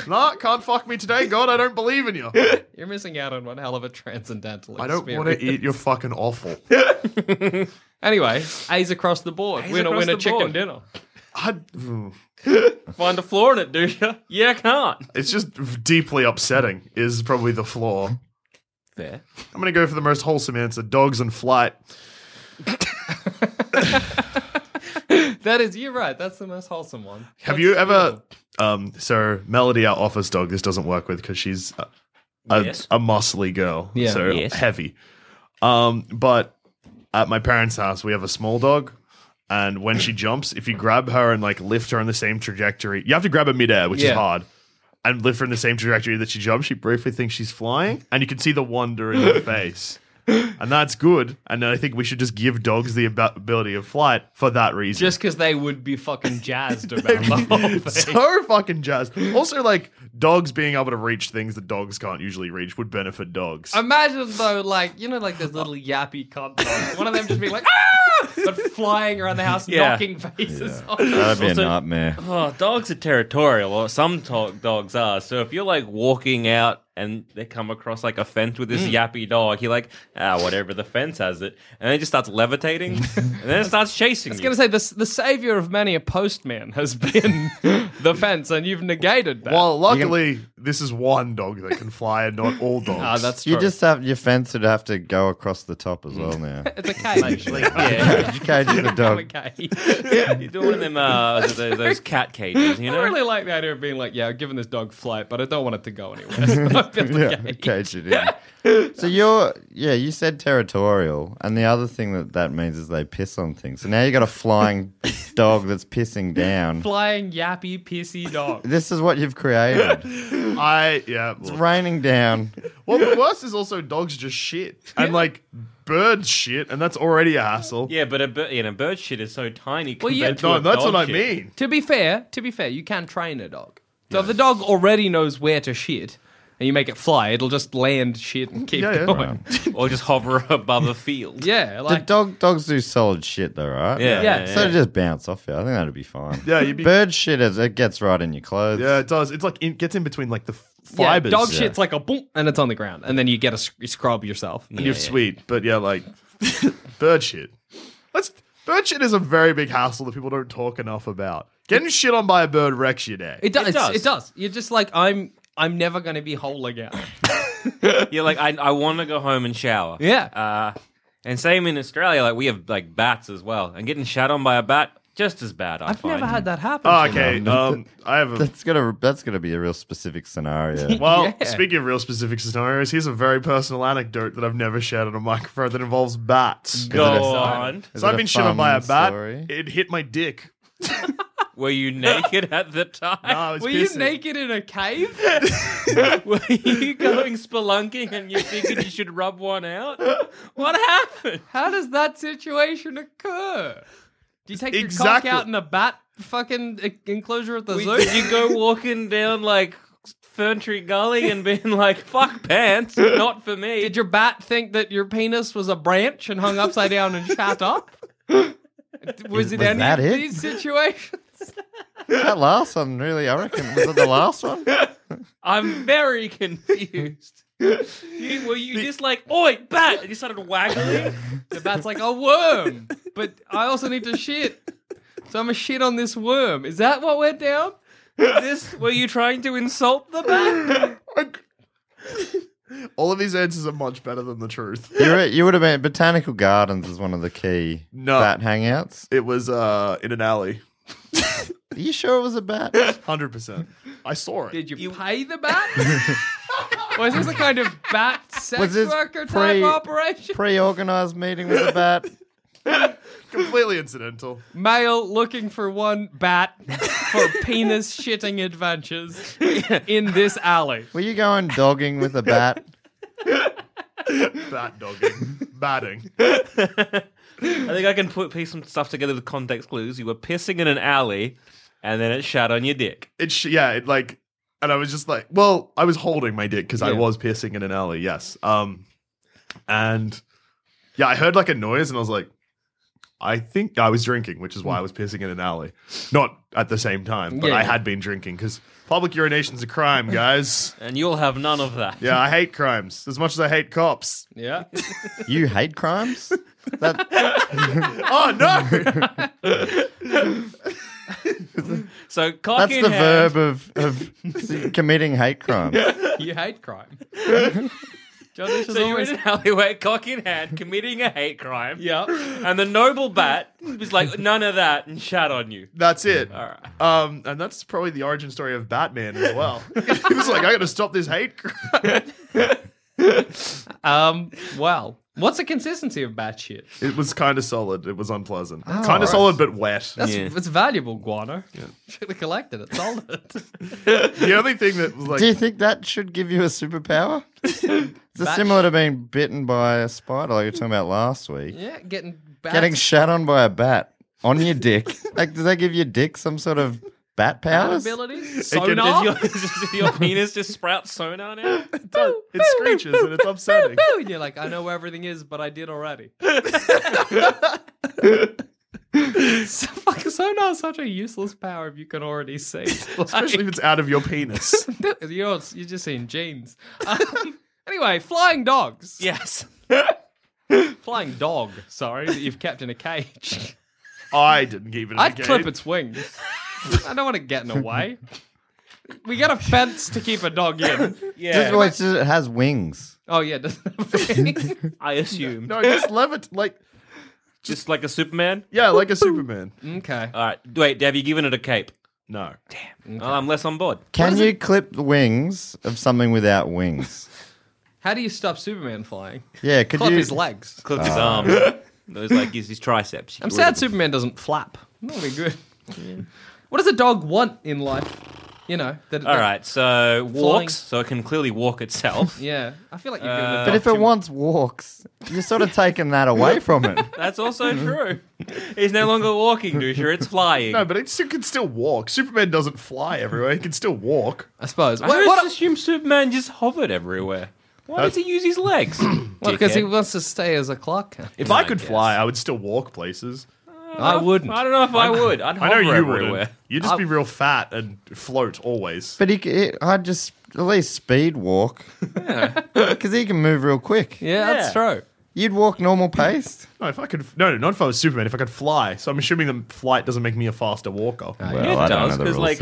Speaker 4: nah, can't fuck me today, God. I don't believe in you.
Speaker 3: You're missing out on one hell of a transcendental
Speaker 4: I
Speaker 3: experience.
Speaker 4: don't want to eat your fucking awful.
Speaker 3: Anyway, A's across the board.
Speaker 7: A's
Speaker 3: winner,
Speaker 7: across
Speaker 3: winner,
Speaker 7: the
Speaker 3: chicken
Speaker 7: board.
Speaker 3: dinner.
Speaker 4: I, mm.
Speaker 7: Find a flaw in it, do you? Yeah, I can't.
Speaker 4: it's just deeply upsetting. Is probably the flaw.
Speaker 7: Fair.
Speaker 4: I'm gonna go for the most wholesome answer: dogs and flight.
Speaker 3: That is, you're right. That's the most wholesome one.
Speaker 4: Have you ever? Um, so Melody, our office dog, this doesn't work with because she's a, a,
Speaker 7: Yes.
Speaker 4: a muscly girl,
Speaker 3: Yeah.
Speaker 4: so
Speaker 7: Yes.
Speaker 4: heavy. Um, but at my parents' house, we have a small dog, and when she jumps, if you grab her and like lift her in the same trajectory, you have to grab her midair, which
Speaker 3: Yeah.
Speaker 4: is hard. And lift her in the same trajectory that she jumps. She briefly thinks she's flying, and you can see the wonder in her face. And that's good. And I think we should just give dogs the ab- ability of flight for that reason
Speaker 3: Just because they would be fucking jazzed about the whole thing.
Speaker 4: so fucking jazzed. Also, like dogs being able to reach things that dogs can't usually reach would benefit dogs.
Speaker 3: Imagine though, like you know, like those little yappy cunt dogs. One of them just being like, ah, but flying around the house,
Speaker 7: Yeah.
Speaker 3: knocking faces off.
Speaker 6: That'd be
Speaker 7: Also-
Speaker 6: a nightmare.
Speaker 7: Oh, dogs are territorial, or some to- dogs are. So if you're like walking out and they come across like a fence with this
Speaker 3: Mm.
Speaker 7: yappy dog, you're like, ah, whatever, the fence has it. And then it just starts levitating and then it starts
Speaker 3: I
Speaker 7: chasing
Speaker 3: was
Speaker 7: you.
Speaker 3: gonna say the the savior of many a postman has been the fence, and you've negated that.
Speaker 4: Well, luckily, this is one dog that can fly, and not all dogs.
Speaker 3: ah, that's true.
Speaker 6: You just have your fence would have to go across the top as well now.
Speaker 3: it's a cage.
Speaker 7: yeah.
Speaker 6: You cage the
Speaker 3: I'm a
Speaker 6: dog.
Speaker 3: cage.
Speaker 7: you're doing them, uh, those, those cat cages, you
Speaker 3: I
Speaker 7: know?
Speaker 3: really like the idea of being like, yeah, I've given this dog flight, but I don't want it to go anywhere. So I built a
Speaker 6: Yeah,
Speaker 3: cage.
Speaker 6: cage it in. So you're yeah, you said territorial, and the other thing that that means is they piss on things. So now you got a flying dog that's pissing down.
Speaker 3: Flying yappy pissy dog.
Speaker 6: This is what you've created.
Speaker 4: I yeah.
Speaker 6: It's raining down.
Speaker 4: Well, the worst is also dogs just shit and like bird shit, and that's already a hassle.
Speaker 7: yeah, but a bird, you know, bird shit is so tiny
Speaker 3: Well,
Speaker 7: compared
Speaker 3: yeah.
Speaker 7: to
Speaker 4: no,
Speaker 7: a
Speaker 4: that's
Speaker 7: dog
Speaker 4: what I
Speaker 7: shit.
Speaker 4: mean.
Speaker 3: To be fair, to be fair, you can train a dog. So if the dog already knows where to shit and you make it fly, it'll just land shit and keep
Speaker 4: Yeah, yeah.
Speaker 3: going.
Speaker 7: Or just hover above a field.
Speaker 3: Yeah,
Speaker 6: The
Speaker 3: like
Speaker 6: dog dogs do solid shit though, right?
Speaker 7: Yeah,
Speaker 3: Yeah.
Speaker 7: yeah,
Speaker 6: So
Speaker 7: yeah.
Speaker 6: just bounce off you. I think that'd be fine.
Speaker 4: Yeah, you'd be-
Speaker 6: bird shit is it gets right in your clothes.
Speaker 4: Yeah, it does. It's like it gets in between like the f-
Speaker 3: yeah,
Speaker 4: fibers.
Speaker 3: dog shit's like a boom and it's on the ground, and then you get a sc- scrub yourself.
Speaker 4: and you're sweet, but yeah, like bird shit. Let's bird shit is a very big hassle that people don't talk enough about. Getting shit on by a bird wrecks your day.
Speaker 3: It does. It does.
Speaker 7: does.
Speaker 3: It does. You're just like I'm. I'm never going to be whole again.
Speaker 7: You're like, I, I want to go home and shower.
Speaker 3: Yeah.
Speaker 7: Uh, and same in Australia, like we have like bats as well, and getting shot on by a bat just as bad. I
Speaker 3: I've
Speaker 7: find.
Speaker 3: never had that happen.
Speaker 4: Oh, okay, um, I have a.
Speaker 6: That's gonna that's gonna be a real specific scenario.
Speaker 4: Well,
Speaker 3: Yeah.
Speaker 4: speaking of real specific scenarios, here's a very personal anecdote that I've never shared on a microphone that involves bats.
Speaker 7: Go
Speaker 6: Is it a-
Speaker 7: on.
Speaker 6: Is
Speaker 4: So
Speaker 6: it
Speaker 4: I've
Speaker 6: a
Speaker 4: been shit on by a
Speaker 6: fun
Speaker 4: bat.
Speaker 6: story?
Speaker 4: It hit my dick.
Speaker 7: Were you naked at the time?
Speaker 4: Nah, I Ah, was
Speaker 3: Were you
Speaker 4: pissing.
Speaker 3: naked in a cave?
Speaker 7: Were you going spelunking and you figured you should rub one out? What happened?
Speaker 3: How does that situation occur? Do you take
Speaker 4: Exactly.
Speaker 3: your cock out in a bat fucking e- enclosure at the
Speaker 7: We-
Speaker 3: zoo?
Speaker 7: Did you go walking down like Fern Tree Gully and being like, "Fuck pants, not for me"?
Speaker 3: Did your bat think that your penis was a branch and hung upside down and shot up? Was it
Speaker 6: Was
Speaker 3: any
Speaker 6: that
Speaker 3: of
Speaker 6: it?
Speaker 3: these situations?
Speaker 6: That last one really, I reckon, was it the last one?
Speaker 7: I'm very confused. You, were you just like, oi, bat? And you started waggling?
Speaker 3: The bat's like a worm, but I also need to shit. So I'm a shit on this worm. Is that what went down?
Speaker 7: this, were you trying to insult the bat?
Speaker 4: All of these answers are much better than the truth.
Speaker 6: You, were, you would have been Botanical Gardens is one of the key
Speaker 4: No.
Speaker 6: bat hangouts.
Speaker 4: It was uh, in an alley.
Speaker 6: Are you sure it was a bat?
Speaker 4: 100%. I saw it.
Speaker 3: Did you, pay the bat? Was this a kind of bat sex
Speaker 6: Was this
Speaker 3: worker
Speaker 6: pre-
Speaker 3: type operation?
Speaker 6: Pre-organized meeting with a bat.
Speaker 4: Completely incidental.
Speaker 3: Male looking for one bat for penis shitting adventures in this alley.
Speaker 6: Were you going dogging with a bat?
Speaker 4: Bat dogging. Batting.
Speaker 7: I think I can put piece some stuff together with context clues. You were pissing in an alley, and then it shat on your dick.
Speaker 4: It sh- yeah, it like, and I was just like, well, I was holding my dick because I was piercing in an alley, yes. Um, and yeah, I heard like a noise and I was like, I think I was drinking, which is why I was pissing in an alley. Not at the same time,
Speaker 3: Hmm.
Speaker 4: but
Speaker 3: Yeah,
Speaker 4: I
Speaker 3: yeah.
Speaker 4: had been drinking because public urination's a crime, guys.
Speaker 7: And you'll have none of that.
Speaker 4: yeah, I hate crimes as much as I hate cops.
Speaker 3: Yeah.
Speaker 6: You hate crimes? That
Speaker 4: Oh, no!
Speaker 7: So cock
Speaker 6: That's
Speaker 7: in
Speaker 6: the
Speaker 7: hand,
Speaker 6: verb of, of committing hate crime.
Speaker 3: You hate crime. John Lynch is
Speaker 7: So you're
Speaker 3: always.
Speaker 7: in an alleyway, cock in hand, committing a hate crime.
Speaker 3: Yeah.
Speaker 7: And the noble bat was like, none of that, and shat on you.
Speaker 4: That's it.
Speaker 7: right.
Speaker 4: Um, and that's probably the origin story of Batman as well. he was like, I gotta stop this hate crime.
Speaker 3: Um, well, what's the consistency of bat shit?
Speaker 4: It was kind of solid. It was unpleasant. kind of solid, but wet.
Speaker 3: That's,
Speaker 7: Yeah.
Speaker 3: It's valuable, guano. Should have collected it, sold it.
Speaker 4: the only thing that was like,
Speaker 6: Do you think that should give you a superpower? It's
Speaker 3: Bat-
Speaker 6: similar to being bitten by a spider, like you were talking about last week.
Speaker 3: Yeah, getting bat.
Speaker 6: Getting shat on by a bat on your dick. like, does that give your dick some sort of bat powers?
Speaker 3: abilities.
Speaker 4: It can-
Speaker 3: Sonar.
Speaker 7: Your, does your penis just sprout sonar now?
Speaker 4: it screeches and it's upsetting.
Speaker 3: Woo! And you're like, I know where everything is, but I did already. so, fuck, sonar is such a useless power if you can already see.
Speaker 4: Especially if it's out of your penis.
Speaker 3: you're, you're just seeing genes. Um, anyway, flying dogs.
Speaker 7: Yes.
Speaker 3: Flying dog, sorry, that you've kept in a cage.
Speaker 4: I didn't keep it in
Speaker 3: I'd
Speaker 4: the
Speaker 3: clip
Speaker 4: cage.
Speaker 3: its wings. I don't want to get in the way. We got a fence to keep a dog in.
Speaker 6: Just,
Speaker 7: Yeah.
Speaker 6: well, it's just- it has wings.
Speaker 3: Oh yeah, doesn't it?
Speaker 7: I assumed.
Speaker 4: No, just levit. Like,
Speaker 7: Just like a Superman?
Speaker 4: yeah, like a Superman.
Speaker 3: okay.
Speaker 7: All right. Wait, have you given it a cape?
Speaker 4: No.
Speaker 7: Well, I'm less on board.
Speaker 6: Can you clip the wings of something without wings?
Speaker 3: How do you stop Superman flying?
Speaker 6: Yeah, could
Speaker 3: Clip
Speaker 6: you?
Speaker 3: his legs.
Speaker 7: Clip his arms. Those like his, his triceps.
Speaker 3: I'm sad Superman doesn't flap. That'll be good. What does a dog want in life? You know. That,
Speaker 7: All right, so
Speaker 3: Flying.
Speaker 7: walks, so it can clearly walk itself.
Speaker 3: Yeah. I feel like you've
Speaker 7: Uh,
Speaker 3: given a dog.
Speaker 6: but if
Speaker 3: too
Speaker 6: it
Speaker 3: much-
Speaker 6: wants walks, you're sort of taking that away from it.
Speaker 7: That's also true. He's no longer walking, Dusha. It's flying.
Speaker 4: No, but it still- can still walk. Superman doesn't fly everywhere. He can still walk.
Speaker 3: I suppose.
Speaker 7: I
Speaker 3: What?
Speaker 7: just
Speaker 3: what
Speaker 7: assume Superman just hovered everywhere. Why does he use his legs?
Speaker 3: because he
Speaker 7: Dickhead.
Speaker 3: wants to stay as a Clark Kent.
Speaker 4: If I
Speaker 7: I
Speaker 4: could
Speaker 7: guess.
Speaker 4: fly, I would still walk places.
Speaker 3: I wouldn't.
Speaker 7: I don't know if I would. I'd
Speaker 4: I
Speaker 7: hover
Speaker 4: know you
Speaker 7: everywhere.
Speaker 4: wouldn't. You'd just be real fat and float always.
Speaker 6: But he, c- he, I'd just at least speed walk because he can move real quick.
Speaker 3: Yeah, that's
Speaker 7: Yeah.
Speaker 3: true.
Speaker 6: You'd walk normal pace.
Speaker 4: No, if I could, no, no, not if I was Superman. If I could fly, so I'm assuming the flight doesn't make me a faster walker.
Speaker 6: Well,
Speaker 7: It does, because like,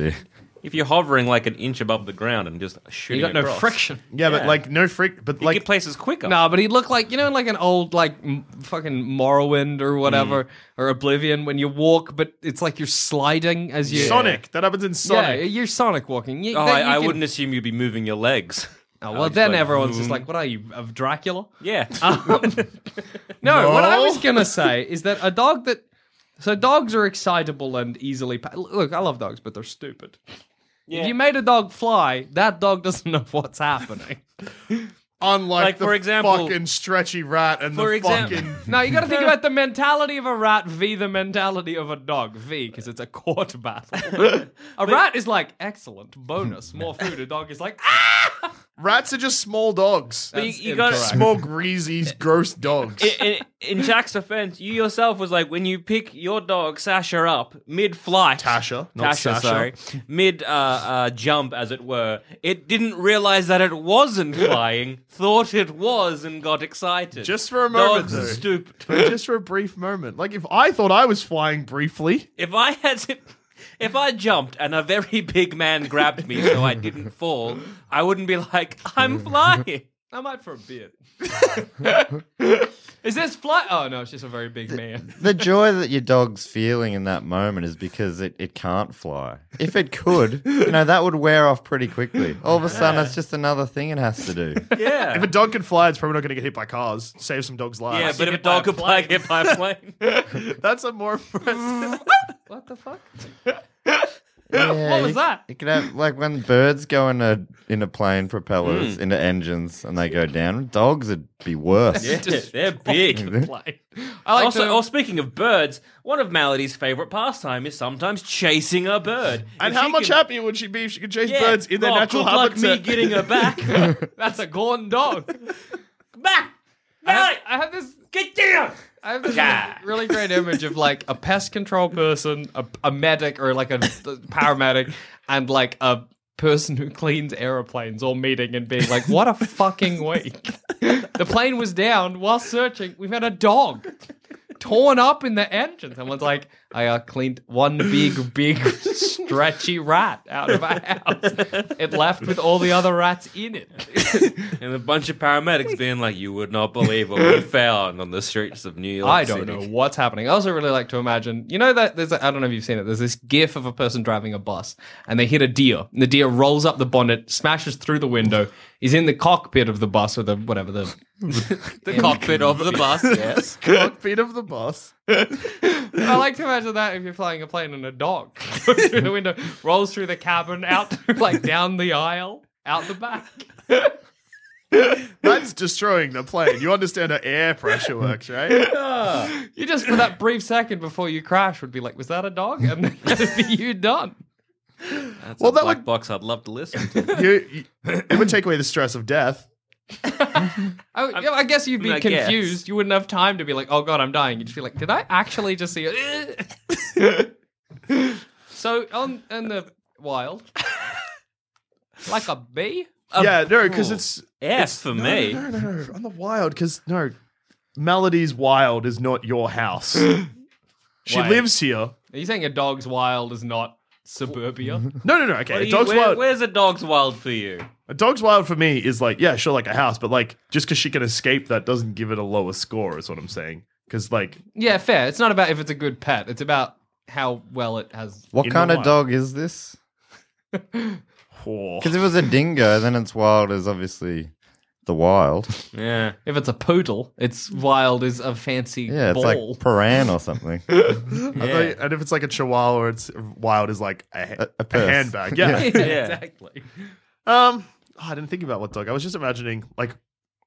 Speaker 7: if you're hovering like an inch above the ground and just
Speaker 3: You
Speaker 7: shooting
Speaker 3: got no
Speaker 7: across,
Speaker 3: friction.
Speaker 4: yeah, but
Speaker 7: yeah.
Speaker 4: like no freak, but
Speaker 7: you
Speaker 4: like
Speaker 7: get places quicker.
Speaker 3: No, but he looked like you know, like an old like m- fucking Morrowind or whatever
Speaker 7: Mm.
Speaker 3: or Oblivion when you walk, but it's like you're sliding as you
Speaker 4: Sonic. That happens in
Speaker 3: Yeah,
Speaker 4: Sonic.
Speaker 3: you're Sonic walking. You,
Speaker 7: Oh,
Speaker 3: that
Speaker 7: I,
Speaker 3: you
Speaker 7: I
Speaker 3: can-
Speaker 7: wouldn't assume you'd be moving your legs.
Speaker 3: Oh,
Speaker 7: I
Speaker 3: well,
Speaker 7: would
Speaker 3: then
Speaker 7: like,
Speaker 3: everyone's just
Speaker 7: vroom.
Speaker 3: like, "What are you of Dracula?"
Speaker 7: Yeah.
Speaker 3: Ah. No, what I was
Speaker 4: No.
Speaker 3: gonna say is that a dog that so dogs are excitable and easily pa- look. I love dogs, but they're stupid. If you made a dog fly, that dog doesn't know what's happening.
Speaker 4: Unlike
Speaker 7: Like,
Speaker 4: the
Speaker 7: for example-
Speaker 4: fucking stretchy rat and
Speaker 7: For
Speaker 4: the
Speaker 7: exam-
Speaker 4: fucking.
Speaker 3: No, you got to think about the mentality of a rat v the mentality of a dog v because it's a court battle. a rat is like excellent bonus, more food. A dog is like ah.
Speaker 4: Rats are just small dogs.
Speaker 7: But you-
Speaker 3: That's
Speaker 7: you got
Speaker 3: incorrect.
Speaker 4: Small, greasy, gross dogs.
Speaker 7: in, in Jack's offense, you yourself was like when you pick your dog Sasha up mid-flight,
Speaker 4: Tasha, not Sasha.
Speaker 7: Tasha, sorry, mid uh, uh, jump, as it were. It didn't realize that it wasn't flying, thought it was, and got excited.
Speaker 4: Just for a moment,
Speaker 7: dogs are
Speaker 4: though.
Speaker 7: stupid.
Speaker 4: But just for a brief moment. Like, if I thought I was flying briefly,
Speaker 7: If I had to. If I jumped and a very big man grabbed me so I didn't fall, I wouldn't be like,
Speaker 4: Mm.
Speaker 7: I'm flying.
Speaker 3: I might for a bit. Is this fly? Oh no, it's just a very big man.
Speaker 6: The joy that your dog's feeling in that moment is because it, it can't fly. If it could, you know, that would wear off pretty quickly. All of a sudden, that's just another thing it has to do.
Speaker 7: Yeah.
Speaker 4: if a dog can fly, it's probably not going to get hit by cars. Save some dogs'
Speaker 7: yeah,
Speaker 4: lives.
Speaker 7: but if a dog could fly, get by a plane.
Speaker 4: but that's a more impressive.
Speaker 3: What the fuck?
Speaker 6: Yeah,
Speaker 3: What was
Speaker 6: you-
Speaker 3: that?
Speaker 6: You could have like when birds go into into plane
Speaker 4: Hmm.
Speaker 6: propellers into engines and they go down. Dogs would be worse.
Speaker 7: Just- They're big.
Speaker 3: Play. I like
Speaker 7: also,
Speaker 3: to.
Speaker 7: oh, speaking of birds, one of Malady's favorite pastime is sometimes chasing a bird.
Speaker 4: and
Speaker 7: If
Speaker 4: how
Speaker 7: she
Speaker 4: much
Speaker 7: can-
Speaker 4: happier would she be if she could chase
Speaker 7: Yeah,
Speaker 4: birds in their
Speaker 7: oh,
Speaker 4: natural
Speaker 7: good luck
Speaker 4: habitat?
Speaker 7: me getting her back.
Speaker 3: that's a gone dog.
Speaker 7: back!
Speaker 3: I have,
Speaker 7: Mally,
Speaker 3: I have this.
Speaker 7: Get down!
Speaker 3: I have this
Speaker 7: Yeah.
Speaker 3: really great image of like a pest control person, a, a medic, or like a, paramedic, and like a person who cleans aeroplanes all meeting and being like, "What a fucking week! the plane was down while searching. We've had a dog." Torn up in the engine. Someone's like, I uh, cleaned one big, big, stretchy rat out of our house. It left with all the other rats in it.
Speaker 7: And a bunch of paramedics being like, you would not believe what we found on the streets of New York
Speaker 3: I don't
Speaker 7: City."
Speaker 3: know what's happening. I also really like to imagine, you know, that there's, a, I don't know if you've seen it, there's this gif of a person driving a bus and they hit a deer. And the deer rolls up the bonnet, smashes through the window, is in the cockpit of the bus or the whatever the.
Speaker 7: The cockpit of the bus, yes.
Speaker 4: Cockpit of the bus.
Speaker 3: I like to imagine that if you're flying a plane and a dog goes through the window, rolls through the cabin, out, like down the aisle, out the back.
Speaker 4: That's destroying the plane. You understand how air pressure works, right?
Speaker 3: You just, for that brief second before you crash, would be like, was that a dog? And then that'd be you done.
Speaker 7: That's
Speaker 4: Well,
Speaker 7: a
Speaker 4: that
Speaker 7: black
Speaker 4: would-
Speaker 7: box I'd love to listen to.
Speaker 4: You- you- it would take away the stress of death.
Speaker 3: I, yeah, I guess you'd be
Speaker 7: I guess.
Speaker 3: confused. You wouldn't have time to be like, "Oh God, I'm dying." You'd just be like, "Did I actually just see it?" so on in the wild, like a bee.
Speaker 6: Um,
Speaker 4: yeah, no,
Speaker 6: oh.
Speaker 4: because it's
Speaker 7: Yes, for me.
Speaker 4: No, no, no, on the wild. Because no, Melody's wild is not your house. she
Speaker 3: Why?
Speaker 4: lives here.
Speaker 3: Are you saying a dog's wild is not suburbia?
Speaker 4: No, no, no. Okay,
Speaker 7: What
Speaker 4: a
Speaker 7: do you-
Speaker 4: dog's
Speaker 7: where-
Speaker 4: wild.
Speaker 7: Where's a dog's wild for you?
Speaker 4: A dog's wild for me is like yeah, sure, like a house, but like just because she can escape that doesn't give it a lower score. Is what I'm saying. Because like
Speaker 3: yeah, fair. It's not about if it's a good pet. It's about how well it has.
Speaker 6: What
Speaker 4: In the
Speaker 6: kind of
Speaker 4: wild.
Speaker 6: dog is this?
Speaker 4: oh,
Speaker 6: Because if it was a dingo, then it's wild is obviously the wild.
Speaker 7: Yeah.
Speaker 3: If it's a poodle, it's wild is a fancy
Speaker 6: Yeah, it's
Speaker 3: ball.
Speaker 6: like Paran or something.
Speaker 4: I thought- and if it's like a chihuahua, it's wild is like a,
Speaker 6: A- a
Speaker 4: a,
Speaker 6: purse.
Speaker 4: handbag. Yeah.
Speaker 3: yeah,
Speaker 7: Yeah.
Speaker 3: exactly.
Speaker 4: Um, oh, I didn't think about what dog. I was just imagining like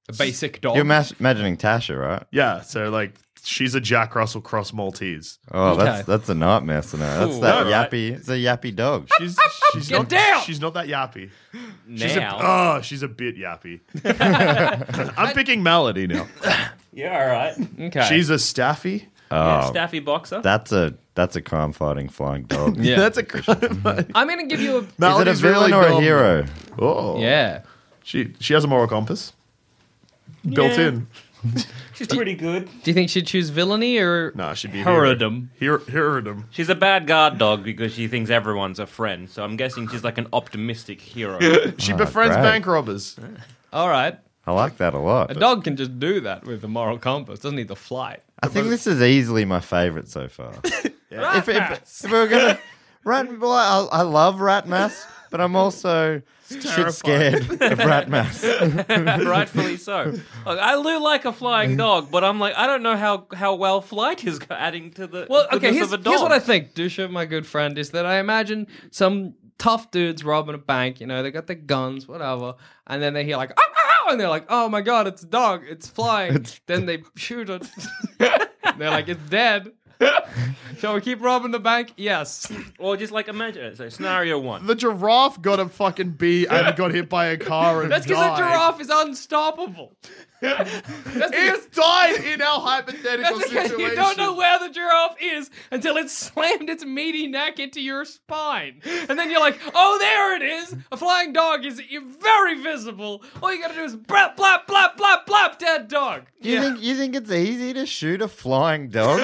Speaker 3: A basic dog.
Speaker 6: You're ma- imagining Tasha, right?
Speaker 4: yeah. So like she's a Jack Russell cross Maltese.
Speaker 6: Oh, that's
Speaker 3: Okay.
Speaker 6: that's a nightmare scenario. That's
Speaker 7: Ooh,
Speaker 6: that
Speaker 4: alright.
Speaker 6: yappy. It's a yappy dog.
Speaker 4: She's she's
Speaker 3: Get
Speaker 4: not
Speaker 3: down!
Speaker 4: she's not that yappy. She's a,
Speaker 7: Now.
Speaker 4: oh, she's a bit yappy. I'm picking Melody now.
Speaker 7: Yeah, all right.
Speaker 3: okay.
Speaker 4: She's a staffy. Um,
Speaker 7: Yeah, Staffy boxer.
Speaker 6: That's a that's a crime fighting flying dog.
Speaker 3: Yeah.
Speaker 4: That's a crime.
Speaker 3: I'm gonna give you a.
Speaker 6: Mm-hmm. Is it a
Speaker 4: Melody's
Speaker 6: villain
Speaker 4: really
Speaker 6: or a
Speaker 4: dumb.
Speaker 6: hero?
Speaker 4: Oh,
Speaker 3: Yeah.
Speaker 4: She she has a moral compass built
Speaker 7: Yeah.
Speaker 4: in.
Speaker 7: She's pretty good.
Speaker 3: Do you think she'd choose villainy or
Speaker 4: Nah, she'd be a hero.
Speaker 3: herodom?
Speaker 4: Hero- Herodom.
Speaker 7: She's a bad guard dog because she thinks everyone's a friend. So I'm guessing she's like an optimistic hero.
Speaker 3: Ah,
Speaker 4: She befriends
Speaker 6: great.
Speaker 4: bank robbers.
Speaker 3: All right,
Speaker 6: I like that a lot.
Speaker 3: a dog can just do that with the moral compass. Doesn't need the flight.
Speaker 6: I think this is easily my favorite so far. if, if, if we were gonna rat, well, I, I love rat mass, but I'm also shit scared of rat mass.
Speaker 7: Rightfully so. Look, I do like a flying dog, but I'm like, I don't know how, how well flight is adding to the
Speaker 3: Well, okay.
Speaker 7: goodness
Speaker 3: Here's,
Speaker 7: of a
Speaker 3: here's
Speaker 7: dog.
Speaker 3: what I think, Dusha, my good friend, is that I imagine some tough dudes robbing a bank. You know, they got their guns, whatever, and then they hear like, "Ow, ow, ow," and they're like, "Oh my god, it's a dog! It's flying!" then they shoot it. they're like, "It's dead." Shall we keep robbing the bank? Yes.
Speaker 7: Or just like imagine it. So scenario one.
Speaker 4: The giraffe got a fucking bee and got hit by a car and
Speaker 3: That's because
Speaker 4: died.
Speaker 3: a giraffe is unstoppable. That's because
Speaker 4: It died in our hypothetical
Speaker 3: That's because
Speaker 4: situation.
Speaker 3: you don't know where the giraffe is until it slammed its meaty neck into your spine. And then you're like, oh, there it is. A flying dog is very visible. All you gotta do is blap, blap, blap, blap, blap, dead dog.
Speaker 6: You think you think it's easy to shoot a flying dog?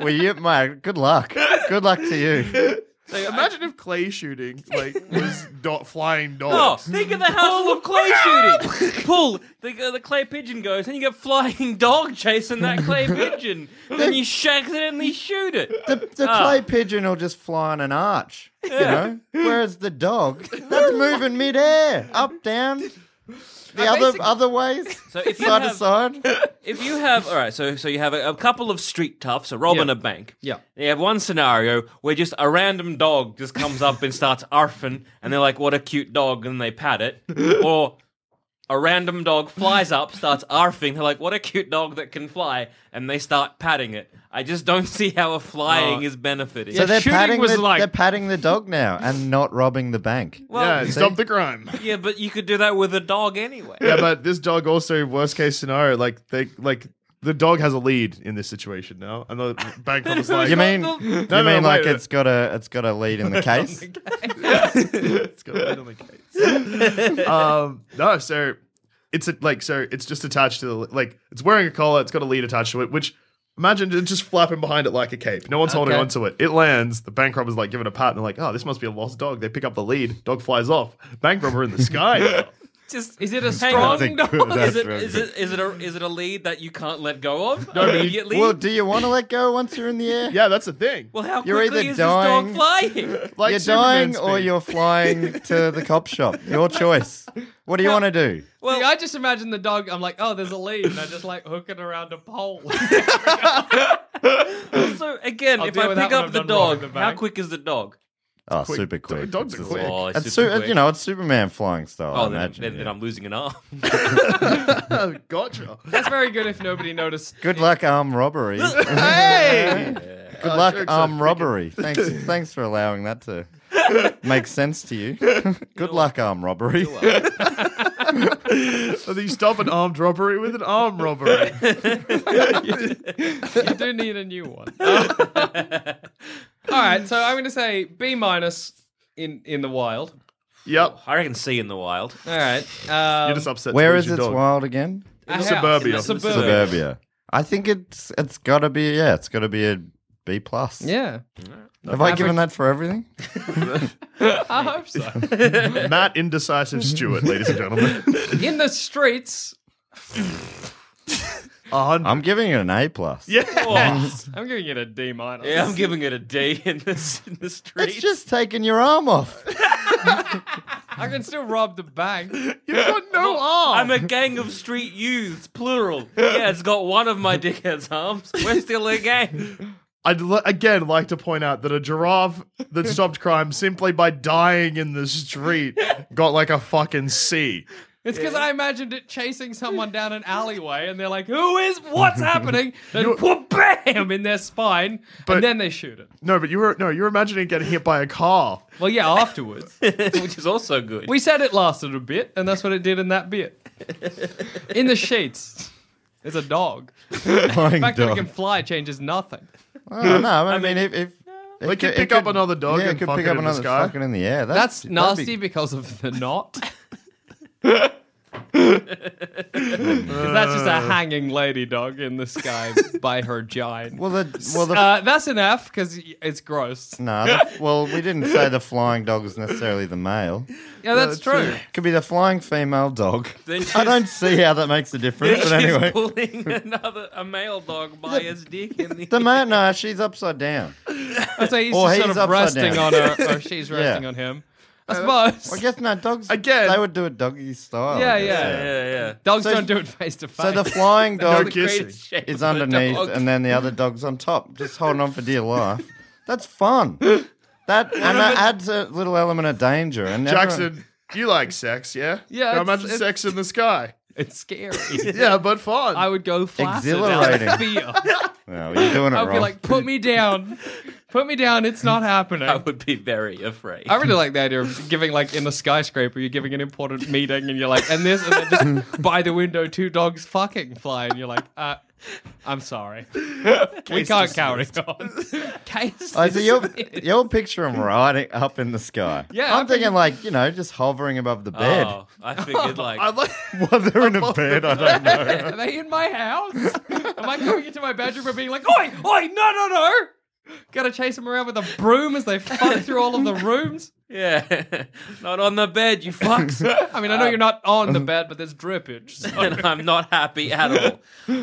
Speaker 6: well, you mate. Good luck. Good luck to you.
Speaker 4: Imagine if clay shooting like was dot flying
Speaker 7: Oh,
Speaker 4: dogs.
Speaker 7: think of the hustle of clay shooting. Pull the, uh, the clay pigeon goes, and you get flying dog chasing that clay pigeon. then you sh- accidentally shoot it.
Speaker 6: The, the clay pigeon will just fly on an arch, you know. Whereas the dog, that's moving midair, up, down, the other
Speaker 3: basic-
Speaker 6: other ways,
Speaker 7: So if you
Speaker 6: side
Speaker 7: have-
Speaker 6: to side.
Speaker 7: If you have, all right, so so you have a, a couple of street toughs, a robbing
Speaker 3: Yeah.
Speaker 7: a bank.
Speaker 3: Yeah.
Speaker 7: You have one scenario where just a random dog just comes up and starts arfing, and they're like, "What a cute dog," and they pat it, or. A random dog flies up, starts arfing. They're like, "What a cute dog that can fly!" And they start patting it. I just don't see how a flying is benefiting.
Speaker 6: Uh, So they're
Speaker 3: shooting
Speaker 6: patting
Speaker 3: was
Speaker 6: the,
Speaker 3: like-
Speaker 6: they're patting the dog now and not robbing the bank.
Speaker 4: yeah,
Speaker 6: see?
Speaker 4: stop the crime.
Speaker 7: Yeah, but you could do that with a dog anyway.
Speaker 4: yeah, but this dog also worst case scenario, like they like the dog has a lead in this situation now, and the bank was like,
Speaker 6: You mean you
Speaker 4: no,
Speaker 6: mean like
Speaker 4: wait.
Speaker 6: it's got a it's got a lead in the case?
Speaker 4: it's got a lead on the case. um, no, so it's a, like so it's just attached to the like it's wearing a collar, it's got a lead attached to it, which. Imagine it just flapping behind it like a cape. No one's holding
Speaker 3: Okay.
Speaker 4: onto it. It lands. The bank robber's like giving a pat and they're like, oh, this must be a lost dog. They pick up the lead. Dog flies off. Bank robber in the sky. now.
Speaker 7: Just
Speaker 3: Is it a
Speaker 7: hang on.
Speaker 3: strong
Speaker 6: That's a
Speaker 3: dog?
Speaker 6: good-
Speaker 7: Is
Speaker 6: that's
Speaker 7: it
Speaker 6: really
Speaker 7: is
Speaker 6: good.
Speaker 7: it is it a is it a lead that you can't let go of immediately?
Speaker 6: Well, do you want to let go once you're in the air?
Speaker 4: Yeah, that's the thing.
Speaker 7: Well, how
Speaker 6: You're
Speaker 7: quickly
Speaker 6: either
Speaker 7: is
Speaker 6: dying-
Speaker 7: this dog flying?
Speaker 4: Like
Speaker 6: you're
Speaker 4: Superman
Speaker 6: dying or
Speaker 4: speed.
Speaker 6: you're flying to the cop shop. Your choice. What do you want to do?
Speaker 3: See, I just imagine the dog. I'm like, oh, there's a lead, and I just like hook it around a pole.
Speaker 7: So again,
Speaker 3: I'll
Speaker 7: if
Speaker 3: deal
Speaker 7: I
Speaker 3: with that
Speaker 7: pick
Speaker 3: when
Speaker 7: up
Speaker 3: I'm
Speaker 7: the
Speaker 3: done robbing
Speaker 7: dog,
Speaker 3: the
Speaker 7: how
Speaker 3: bank.
Speaker 7: quick is the dog?
Speaker 6: Oh,
Speaker 4: Quick.
Speaker 6: super quick.
Speaker 4: Dogs are
Speaker 6: It's
Speaker 4: quick.
Speaker 6: just-
Speaker 7: Oh,
Speaker 6: It's su-
Speaker 7: super quick.
Speaker 6: you know, it's Superman flying style.
Speaker 7: Oh,
Speaker 6: I
Speaker 7: then,
Speaker 6: imagine.
Speaker 7: then, then
Speaker 6: yeah.
Speaker 7: I'm losing an arm.
Speaker 4: gotcha.
Speaker 3: That's very good if nobody noticed.
Speaker 6: Good luck armed robbery. Good
Speaker 4: Hey!
Speaker 6: luck
Speaker 4: Oh, jokes are
Speaker 6: armed robbery. Thanks, thanks for allowing that to make sense to you. Good luck armed robbery.
Speaker 4: So you stop an armed robbery with an armed robbery.
Speaker 3: You do need a new one. All right, so I'm going to say B minus in in the wild.
Speaker 4: yep.
Speaker 7: I reckon see in the wild.
Speaker 3: All right. Um,
Speaker 4: You just upset.
Speaker 6: Where
Speaker 4: to
Speaker 6: is
Speaker 4: lose your
Speaker 6: its
Speaker 4: dog.
Speaker 6: wild again?
Speaker 3: a house
Speaker 4: Suburbia.
Speaker 3: in the suburbia.
Speaker 6: Suburbia. I think it's it's got to be yeah, it's got to be a B plus.
Speaker 3: Yeah,
Speaker 6: Have I given that for everything?
Speaker 3: I hope so.
Speaker 4: Matt Indecisive Stewart, ladies and gentlemen.
Speaker 3: In the streets,
Speaker 4: A hundred.
Speaker 6: I'm giving it an A plus.
Speaker 3: I'm giving it a D minus.
Speaker 7: Yeah, I'm giving it a D in this in the street.
Speaker 6: It's just taking your arm off.
Speaker 3: I can still rob the bank.
Speaker 4: You've got no arm.
Speaker 7: I'm a gang of street youths, plural. Yeah, it's got one of my dickhead's arms. We're still a gang.
Speaker 4: I'd l- again like to point out that a giraffe that stopped crime simply by dying in the street got like a fucking C.
Speaker 3: It's because I imagined it chasing someone down an alleyway, and they're like, "Who is? What's happening?" Then whoop, bam, in their spine,
Speaker 4: But-
Speaker 3: and then they shoot it.
Speaker 4: No, but you were no, you're imagining getting hit by a car.
Speaker 3: Well, yeah, afterwards.
Speaker 7: Which is also good.
Speaker 3: We said it lasted a bit, and that's what it did in that bit. In the sheets, it's a dog. The
Speaker 6: Flying
Speaker 3: fact that it
Speaker 6: dog.
Speaker 3: can fly changes nothing.
Speaker 6: Oh, no, I mean, if, if
Speaker 4: They could pick up another dog
Speaker 6: yeah,
Speaker 4: and
Speaker 6: it could
Speaker 4: fuck
Speaker 6: pick
Speaker 4: it
Speaker 6: up
Speaker 4: in the
Speaker 6: another
Speaker 4: sky.
Speaker 6: fucking in the air.
Speaker 3: That's
Speaker 6: that'd
Speaker 3: nasty
Speaker 6: be-
Speaker 3: because of the knot. Because that's just a hanging lady dog in the sky by her giant.
Speaker 6: well, the well the.
Speaker 3: uh, that's an F because it's gross.
Speaker 6: no, the- well, we didn't say the flying dog is necessarily the male.
Speaker 3: Yeah, that's true.
Speaker 6: Could be the flying female dog.
Speaker 7: Then she's-
Speaker 6: I don't see how that makes a difference, but
Speaker 7: She's
Speaker 6: anyway.
Speaker 7: pulling another a male dog by his dick in the.
Speaker 6: The male, no, she's upside down.
Speaker 3: I'd say he's
Speaker 6: Or
Speaker 3: just
Speaker 6: he's
Speaker 3: sort of
Speaker 6: upside
Speaker 3: resting
Speaker 6: down. Uh,
Speaker 3: on her, or she's resting on him. I suppose.
Speaker 6: I guess no dogs.
Speaker 4: Again-
Speaker 6: they would do it doggy style. I
Speaker 3: Yeah,
Speaker 6: guess,
Speaker 3: yeah.
Speaker 7: yeah, yeah.
Speaker 3: Dogs
Speaker 6: So-
Speaker 3: don't do it face to face.
Speaker 6: So the flying
Speaker 4: No
Speaker 6: dog
Speaker 4: kissing.
Speaker 7: Greatest shape
Speaker 6: is
Speaker 7: of a
Speaker 6: underneath,
Speaker 7: dog.
Speaker 6: and then the other dog's on top, just holding on for dear life. That's fun. That and that adds a little element of danger. And everyone-
Speaker 4: Jackson, you like sex, yeah?
Speaker 3: Yeah,
Speaker 4: Now
Speaker 3: it's-
Speaker 4: imagine
Speaker 3: it's-
Speaker 4: sex in the sky.
Speaker 3: it's scary.
Speaker 4: Yeah, but fun.
Speaker 3: I would go flaccid out of
Speaker 6: Exhilarating.
Speaker 3: fear.
Speaker 6: No, you're doing it
Speaker 3: I'd be
Speaker 6: wrong.
Speaker 3: like, put me down. Put me down. It's not happening.
Speaker 7: I would be very afraid.
Speaker 3: I really like the idea of giving like in a skyscraper, you're giving an important meeting, and you're like, and this, and then just by the window, two dogs fucking fly, and you're like, uh, I'm sorry, we can't carry on. Case,
Speaker 6: Oh, so you're,
Speaker 3: dismissed.
Speaker 6: you're picturing riding up in the sky.
Speaker 3: Yeah,
Speaker 6: I'm
Speaker 3: I'm
Speaker 6: thinking like you know just hovering above the bed.
Speaker 7: oh, I figured like
Speaker 4: I like while they're in a bed. I don't know.
Speaker 3: Are they in my house? Am I going into my bedroom and being like, oi, oi, no, no, no? Gotta chase them around with a broom as they fuck through all of the rooms.
Speaker 7: yeah, not on the bed, you fucks.
Speaker 3: I mean, I
Speaker 6: Uh,
Speaker 3: know you're not on
Speaker 6: uh-huh.
Speaker 3: the bed, but there's drippage. So.
Speaker 7: and I'm not happy at all.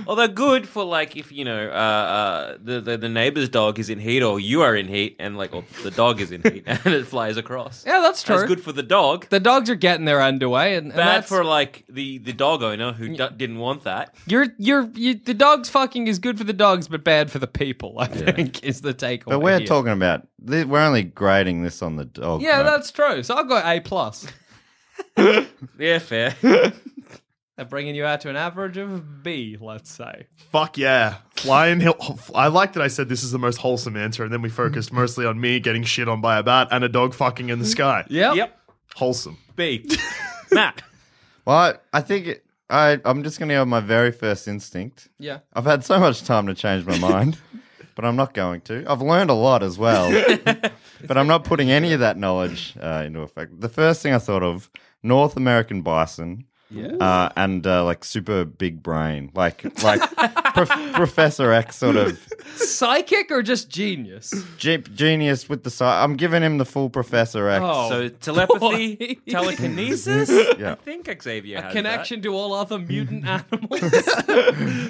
Speaker 7: Although good for like if you know uh, uh, the, the the neighbor's dog is in heat or you are in heat and like or the dog is in heat and it flies across.
Speaker 3: Yeah, that's true.
Speaker 7: That's good for the dog.
Speaker 3: The dogs are getting their underway, and, and
Speaker 7: Bad
Speaker 3: that's
Speaker 7: for like the, the dog owner who d- didn't want that.
Speaker 3: you're you're you, the dogs fucking is good for the dogs, but bad for the people. I think is the takeaway.
Speaker 6: but we're
Speaker 3: here.
Speaker 6: talking about th- we're only grading this on the dog.
Speaker 3: Yeah,
Speaker 6: right?
Speaker 3: that's true. So I've got A plus.
Speaker 7: Yeah, fair.
Speaker 3: They're bringing you out to an average of B, let's say.
Speaker 4: Fuck yeah. Flying hill. I like that I said this is the most wholesome answer, and then we focused mostly on me getting shit on by a bat and a dog fucking
Speaker 3: Mm-hmm.
Speaker 4: in the sky.
Speaker 7: yep.
Speaker 4: Wholesome.
Speaker 7: B. Matt.
Speaker 6: Well, I, I think it, I I'm just going to go with my very first instinct.
Speaker 3: Yeah.
Speaker 6: I've had so much time to change my mind, but I'm not going to. I've learned a lot as well, but I'm not putting any of that knowledge uh, into effect. The first thing I thought of North American bison. Uh, and uh, like super big brain, like like prof- Professor X sort of
Speaker 3: Psychic or just genius?
Speaker 6: ge- genius with the side. I'm giving him the full Professor X.
Speaker 3: Oh,
Speaker 7: So telepathy,
Speaker 3: boy.
Speaker 7: telekinesis.
Speaker 6: Yeah.
Speaker 7: I think Xavier has
Speaker 3: Connection to all other mutant animals.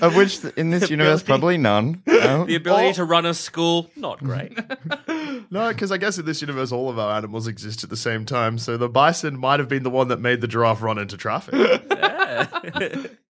Speaker 6: Of which th- in this universe probably none. No?
Speaker 7: that. The ability to run a school, not great.
Speaker 4: No, because I guess in this universe, all of our animals exist at the same time, so the bison might have been the one that made the giraffe run into traffic.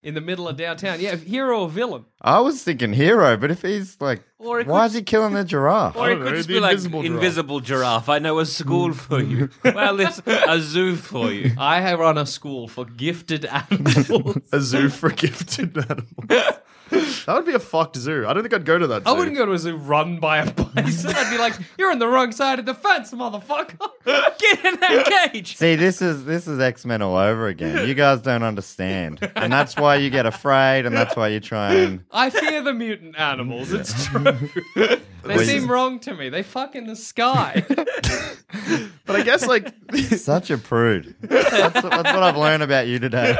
Speaker 3: In the middle of downtown. Yeah, hero or villain.
Speaker 6: I was thinking hero, but if he's like,
Speaker 7: Or it
Speaker 6: why
Speaker 7: could-
Speaker 6: is he killing the giraffe?
Speaker 7: Or it
Speaker 4: don't
Speaker 7: could
Speaker 4: know,
Speaker 7: just
Speaker 4: the
Speaker 7: be like
Speaker 4: invisible giraffe.
Speaker 7: invisible giraffe. I know a school
Speaker 3: Mm.
Speaker 7: for you. Well, it's a zoo for you.
Speaker 3: I have run a school for gifted animals.
Speaker 4: a zoo for gifted animals. That would be a fucked zoo. I don't think I'd go to that zoo.
Speaker 3: I wouldn't go to a zoo run by a bison. I'd be like, you're on the wrong side of the fence, motherfucker. Get in that cage.
Speaker 6: See, this is this is X Men all over again. You guys don't understand, and that's why you get afraid, and that's why you try and.
Speaker 3: I fear the mutant animals. It's true. they seem wrong to me. They fuck in the sky.
Speaker 4: But I guess, like,
Speaker 6: Such a prude. That's, that's what I've learned about you today.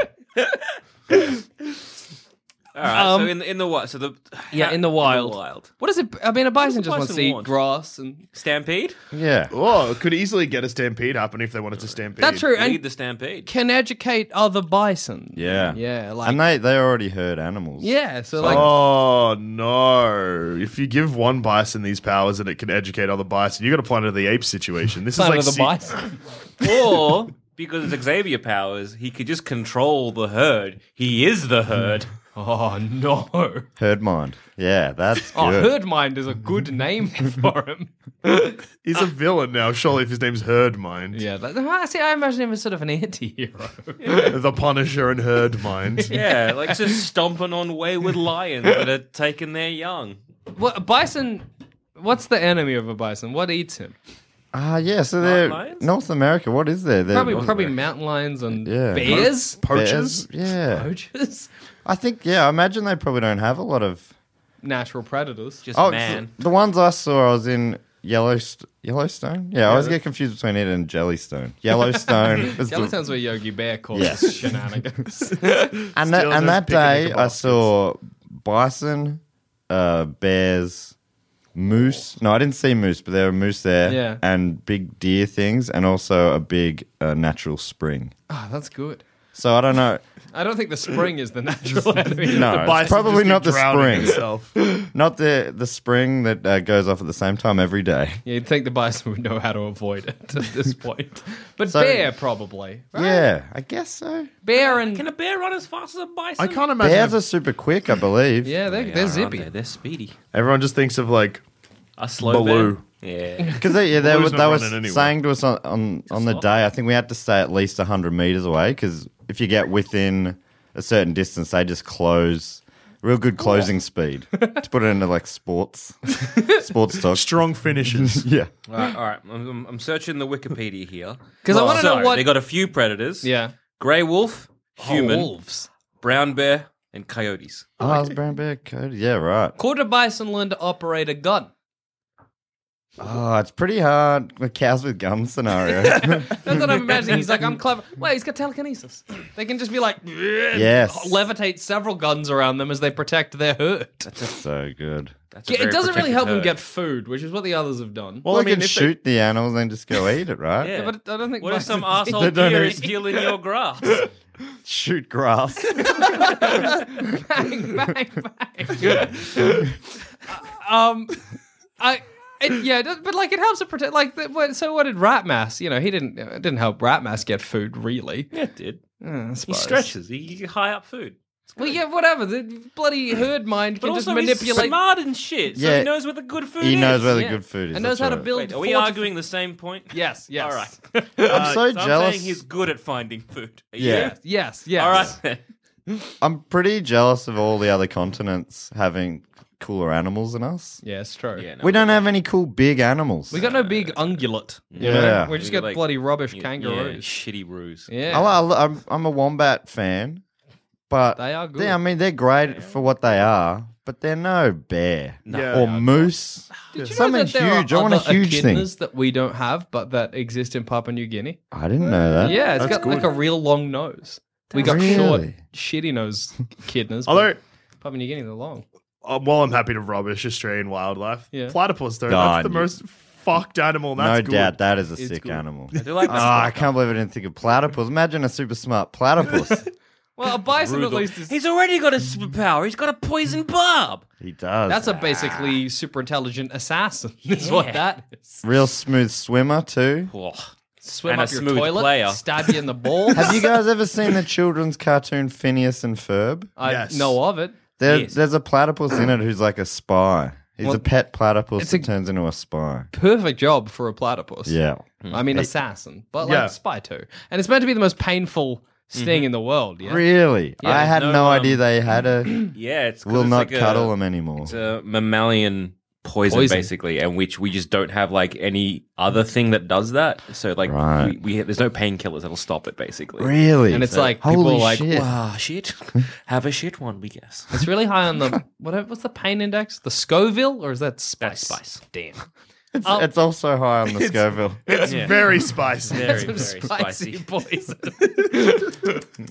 Speaker 7: All right.
Speaker 3: Um,
Speaker 7: so in the, in the wild. So the
Speaker 3: yeah, in the wild.
Speaker 7: wild.
Speaker 3: What is it? I mean, a bison
Speaker 7: What does
Speaker 3: just
Speaker 7: a
Speaker 3: wants to
Speaker 7: bison
Speaker 3: eat
Speaker 7: want?
Speaker 3: grass and.
Speaker 7: Stampede.
Speaker 6: Yeah.
Speaker 4: oh, it could easily get a stampede happen if they wanted to stampede.
Speaker 3: That's true.
Speaker 7: Lead
Speaker 3: And
Speaker 7: the stampede.
Speaker 3: can educate other bison.
Speaker 6: Yeah.
Speaker 3: Yeah. Like.
Speaker 6: And they they already hurt animals.
Speaker 3: yeah. So like.
Speaker 4: oh no! If you give one bison these powers and it can educate other bison, you got to play into the ape situation. This
Speaker 3: Son of
Speaker 4: is
Speaker 3: the
Speaker 4: like se-
Speaker 3: bison.
Speaker 7: or because it's Xavier powers, he could just control the herd. He is the herd.
Speaker 3: Oh no!
Speaker 6: Herd mind. Yeah, that's
Speaker 3: Oh,
Speaker 6: good.
Speaker 3: Herdmind is a good name for him.
Speaker 4: he's a villain now. Surely, if his name's Herdmind,
Speaker 3: yeah, that, I see. I imagine him as sort of an anti-hero.
Speaker 4: the Punisher and Herdmind.
Speaker 7: Yeah, like just stomping on wayward lions that are taking their young.
Speaker 3: What bison? What's the enemy of a bison? What eats him?
Speaker 6: Ah, yeah. So they're
Speaker 7: lions?
Speaker 6: North America. What is there? They're-
Speaker 3: Probably probably mountain lions and
Speaker 6: Yeah.
Speaker 3: bears,
Speaker 4: Poachers.
Speaker 6: Bears? Yeah.
Speaker 3: poachers,
Speaker 6: I think, yeah, I imagine they probably don't have a lot of.
Speaker 3: natural predators.
Speaker 7: Just
Speaker 6: Oh,
Speaker 7: man.
Speaker 6: The, the ones I saw, I was in Yellowst- Yellowstone? Yeah, I always get confused between it and Jellystone. Yellowstone. is the-
Speaker 3: Yellowstone's where Yogi Bear calls
Speaker 6: Yes.
Speaker 3: us shenanigans.
Speaker 6: and that,
Speaker 4: Still
Speaker 6: and
Speaker 4: just
Speaker 6: that
Speaker 4: picking at
Speaker 6: day,
Speaker 4: the
Speaker 6: I saw bison, uh, bears, moose. No, I didn't see moose, but there were moose there.
Speaker 3: Yeah.
Speaker 6: And big deer things, and also a big uh, natural spring.
Speaker 3: oh, that's good.
Speaker 6: So I don't know.
Speaker 3: I don't think the spring is the natural enemy.
Speaker 6: No, it's
Speaker 4: Bison
Speaker 6: probably
Speaker 4: just keep
Speaker 6: not the
Speaker 4: drowning
Speaker 6: spring.
Speaker 4: Itself.
Speaker 6: Not the the spring that uh, goes off at the same time every day.
Speaker 3: Yeah, you'd think the bison would know how to avoid it at this point, but
Speaker 6: So-
Speaker 3: bear probably. right?
Speaker 6: Yeah, I guess so.
Speaker 3: bear and
Speaker 7: Can a bear run as fast as a bison?
Speaker 4: I can't imagine.
Speaker 6: Bears are super quick, I believe.
Speaker 3: yeah, they're,
Speaker 7: They
Speaker 3: they're
Speaker 7: are, aren't
Speaker 3: zippy.
Speaker 7: they? They're speedy.
Speaker 4: Everyone just thinks of like
Speaker 7: A slow
Speaker 4: Baloo.
Speaker 7: bear. Yeah.
Speaker 6: because they, yeah, they,
Speaker 4: Blue's
Speaker 6: were-
Speaker 4: not
Speaker 6: they were
Speaker 4: running anywhere.
Speaker 6: saying to us on on, on the day. I think we had to stay at least hundred meters away because if you get within a certain distance, they just close Real good closing speed to put it into like sports, sports talk.
Speaker 4: Strong finishes.
Speaker 6: Yeah.
Speaker 7: All right, all right. I'm, I'm- I'm searching the Wikipedia here
Speaker 3: 'Cause I wanna know
Speaker 7: So,
Speaker 3: what-
Speaker 7: they got. A few predators.
Speaker 3: Yeah. Oh,
Speaker 7: Grey wolf, human,
Speaker 3: wolves.
Speaker 7: brown bear, and coyotes.
Speaker 6: Oh, it's brown bear code. Yeah, right.
Speaker 3: Quarter bison learned to operate a gun.
Speaker 6: Oh, it's pretty hard. The cows with guns scenario.
Speaker 3: That's what I'm imagining. He's like, I'm clever. Wait, he's got telekinesis. They can just be like,
Speaker 6: Yes.
Speaker 3: levitate several guns around them as they protect their herd.
Speaker 6: so good.
Speaker 7: That's a
Speaker 3: Yeah, it
Speaker 7: very
Speaker 3: doesn't really
Speaker 7: protected
Speaker 3: help them
Speaker 7: herd.
Speaker 3: get food, which is what the others have done.
Speaker 6: Well,
Speaker 4: I
Speaker 6: they
Speaker 4: mean,
Speaker 6: can
Speaker 4: if they-
Speaker 6: shoot the animals and just go eat it, right?
Speaker 7: Yeah.
Speaker 3: But I don't think
Speaker 7: What if some
Speaker 3: bisons-
Speaker 7: asshole
Speaker 6: don't
Speaker 7: deer
Speaker 6: eat-
Speaker 7: is stealing your grass?
Speaker 6: Shoot grass.
Speaker 3: bang, bang, bang. Uh, um, I. It, yeah, it does- but like it helps to protect. Like, the- what- so what did Ratmass? You know, he didn't. It didn't help Ratmass get food, really.
Speaker 7: yeah, it did.
Speaker 3: Uh, I
Speaker 7: He
Speaker 3: suppose.
Speaker 7: stretches. He, he high up food.
Speaker 3: Well, yeah, whatever. The bloody herd mind
Speaker 7: But
Speaker 3: can just
Speaker 7: also,
Speaker 3: manipulate.
Speaker 7: he's smart and shit, so
Speaker 6: Yeah.
Speaker 7: he knows where the good food is.
Speaker 6: he knows where the
Speaker 3: Yeah.
Speaker 6: good food is.
Speaker 3: and knows how
Speaker 6: that's
Speaker 3: to
Speaker 6: right.
Speaker 3: build.
Speaker 7: Wait, are we
Speaker 3: forti-
Speaker 7: arguing the same point?
Speaker 3: Yes. Yes.
Speaker 7: All right.
Speaker 6: I'm so
Speaker 7: Uh, So I'm
Speaker 6: jealous.
Speaker 7: saying he's good at finding food. Are you?
Speaker 6: yeah.
Speaker 3: Yes. Yes.
Speaker 7: All right. then.
Speaker 6: I'm pretty jealous of all the other continents having cooler animals than us.
Speaker 3: Yeah, it's true.
Speaker 7: Yeah, no,
Speaker 6: We don't have any cool big animals.
Speaker 3: We got no big ungulate. you know?
Speaker 6: Yeah.
Speaker 3: We just
Speaker 7: We
Speaker 3: got
Speaker 7: got, like,
Speaker 3: bloody rubbish
Speaker 7: yeah,
Speaker 3: kangaroos.
Speaker 7: shitty ruse.
Speaker 3: Yeah.
Speaker 6: I, li- I'm, I'm a wombat fan, but
Speaker 3: They are good.
Speaker 6: I mean, they're great for what they are, but they're no bear
Speaker 4: Yeah.
Speaker 6: or moose.
Speaker 3: Did you know
Speaker 6: Something
Speaker 3: that there
Speaker 6: huge.
Speaker 3: Are
Speaker 6: I want a
Speaker 3: other
Speaker 6: huge thing.
Speaker 3: echidnas that we don't have, but that exist in Papua New Guinea.
Speaker 6: I didn't know that.
Speaker 3: yeah, it's
Speaker 6: That's
Speaker 3: got like a real long nose. We got short,
Speaker 6: Really?
Speaker 3: shitty nose echidnas. but
Speaker 4: Although,
Speaker 3: Papua New Guinea, they're long.
Speaker 4: uh, while I'm happy to rubbish Australian wildlife,
Speaker 3: Yeah.
Speaker 4: platypus though,
Speaker 6: Nah,
Speaker 4: that's the
Speaker 6: you-
Speaker 4: most fucked animal. and
Speaker 6: no
Speaker 4: That's good.
Speaker 6: doubt that is a
Speaker 3: It's
Speaker 6: sick
Speaker 3: good.
Speaker 6: animal.
Speaker 7: They're like
Speaker 6: Oh, I can't believe I didn't think of platypus. Imagine a super smart platypus.
Speaker 3: Well, a bison at least is.
Speaker 7: He's already got a superpower. He's got a poison barb.
Speaker 6: he does.
Speaker 3: That's a basically super intelligent assassin. Is what that is.
Speaker 6: real smooth swimmer too.
Speaker 3: Swim
Speaker 7: And a
Speaker 3: up your
Speaker 7: smooth
Speaker 3: toilet,
Speaker 7: player.
Speaker 3: stab you in the balls.
Speaker 6: Have you guys ever seen the children's cartoon Phineas and Ferb?
Speaker 3: I
Speaker 4: Yes.
Speaker 3: know of it.
Speaker 6: There,
Speaker 7: Yes.
Speaker 6: There's a platypus in it who's like a spy. He's
Speaker 3: Well,
Speaker 6: a pet platypus
Speaker 3: it's
Speaker 6: that
Speaker 3: a-
Speaker 6: turns into a spy.
Speaker 3: Perfect job for a platypus.
Speaker 6: Yeah.
Speaker 3: I mean, assassin, but like
Speaker 4: Yeah.
Speaker 3: spy too. And it's meant to be the most painful sting
Speaker 7: Mm-hmm.
Speaker 3: in the world. Yeah.
Speaker 6: Really? I had no,
Speaker 7: no, um,
Speaker 6: idea they had a.
Speaker 7: Yeah, it's 'cause
Speaker 6: will
Speaker 7: it's
Speaker 6: not
Speaker 7: like a-
Speaker 6: cuddle them anymore.
Speaker 7: It's a mammalian poison,
Speaker 3: Poison.
Speaker 7: basically, and which we just don't have like any other thing that does that. So like
Speaker 6: Right.
Speaker 7: we, we there's no painkillers that'll stop it, basically.
Speaker 6: Really?
Speaker 3: And it's like
Speaker 6: holy
Speaker 3: people are like,
Speaker 6: shit.
Speaker 7: Wow, shit. Have a shit one, we guess.
Speaker 3: It's really high on the what, what's the pain index? The Scoville or is that
Speaker 7: That's
Speaker 3: spice?
Speaker 7: spice. Damn.
Speaker 6: It's, it's also high on the Scoville.
Speaker 4: It's very spicy.
Speaker 7: Very, very
Speaker 3: Spicy
Speaker 7: spicy.
Speaker 3: poison.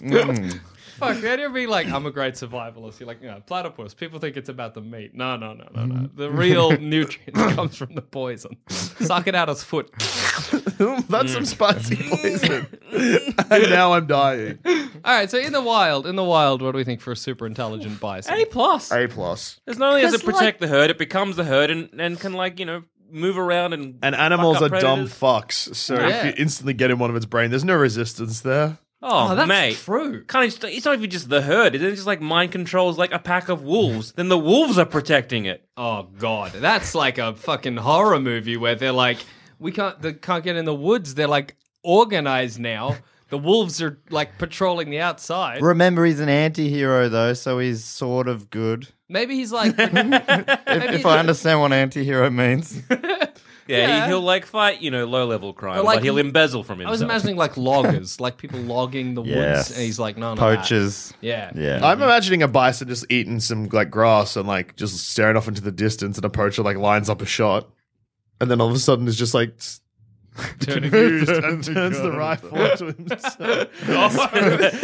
Speaker 6: Mm.
Speaker 3: Fuck, the idea of being like, I'm a great survivalist. You're like, you know, platypus. People think it's about the meat. No, no, no, no,
Speaker 6: Mm.
Speaker 3: no. The real nutrients comes from the poison. Suck it out his foot.
Speaker 4: That's some spicy
Speaker 3: Mm.
Speaker 4: poison. and now I'm dying.
Speaker 3: All right, so in the wild, in the wild, what do we think for a super intelligent bison?
Speaker 7: A plus.
Speaker 4: A plus.
Speaker 7: Because not only does it
Speaker 3: Because,
Speaker 7: protect the herd, it becomes the herd and, and can like, you know, move around and
Speaker 4: And animals
Speaker 7: fuck
Speaker 4: are
Speaker 7: up
Speaker 4: dumb
Speaker 7: predators.
Speaker 4: fucks. So
Speaker 3: Yeah.
Speaker 4: if you instantly get in one of its brain, there's no resistance there.
Speaker 7: Oh,
Speaker 3: Oh, that's
Speaker 7: mate.
Speaker 3: true.
Speaker 7: Can't it's, it's not even just the herd. It's just like mind controls like a pack of wolves. then the wolves are protecting it.
Speaker 3: Oh god, that's like a fucking horror movie where they're like, we can't, they can't get in the woods. They're like organized now. The wolves are like patrolling the outside.
Speaker 6: Remember, he's an anti hero, though, so he's sort of good.
Speaker 3: Maybe he's like,
Speaker 6: If, if I understand what anti hero means.
Speaker 7: Yeah,
Speaker 3: Yeah.
Speaker 7: He, he'll like fight, you know, low level crime,
Speaker 3: like-
Speaker 7: but he'll embezzle from
Speaker 3: I
Speaker 7: himself.
Speaker 3: was imagining like loggers, like people logging the
Speaker 6: Yes.
Speaker 3: woods, and he's like, no, no,
Speaker 6: Poachers.
Speaker 3: Yeah.
Speaker 6: Yeah.
Speaker 4: I'm imagining a bison just eating some like grass and like just staring off into the distance, and a poacher like lines up a shot, and then all of a sudden is just like s- confused and turns the rifle to himself.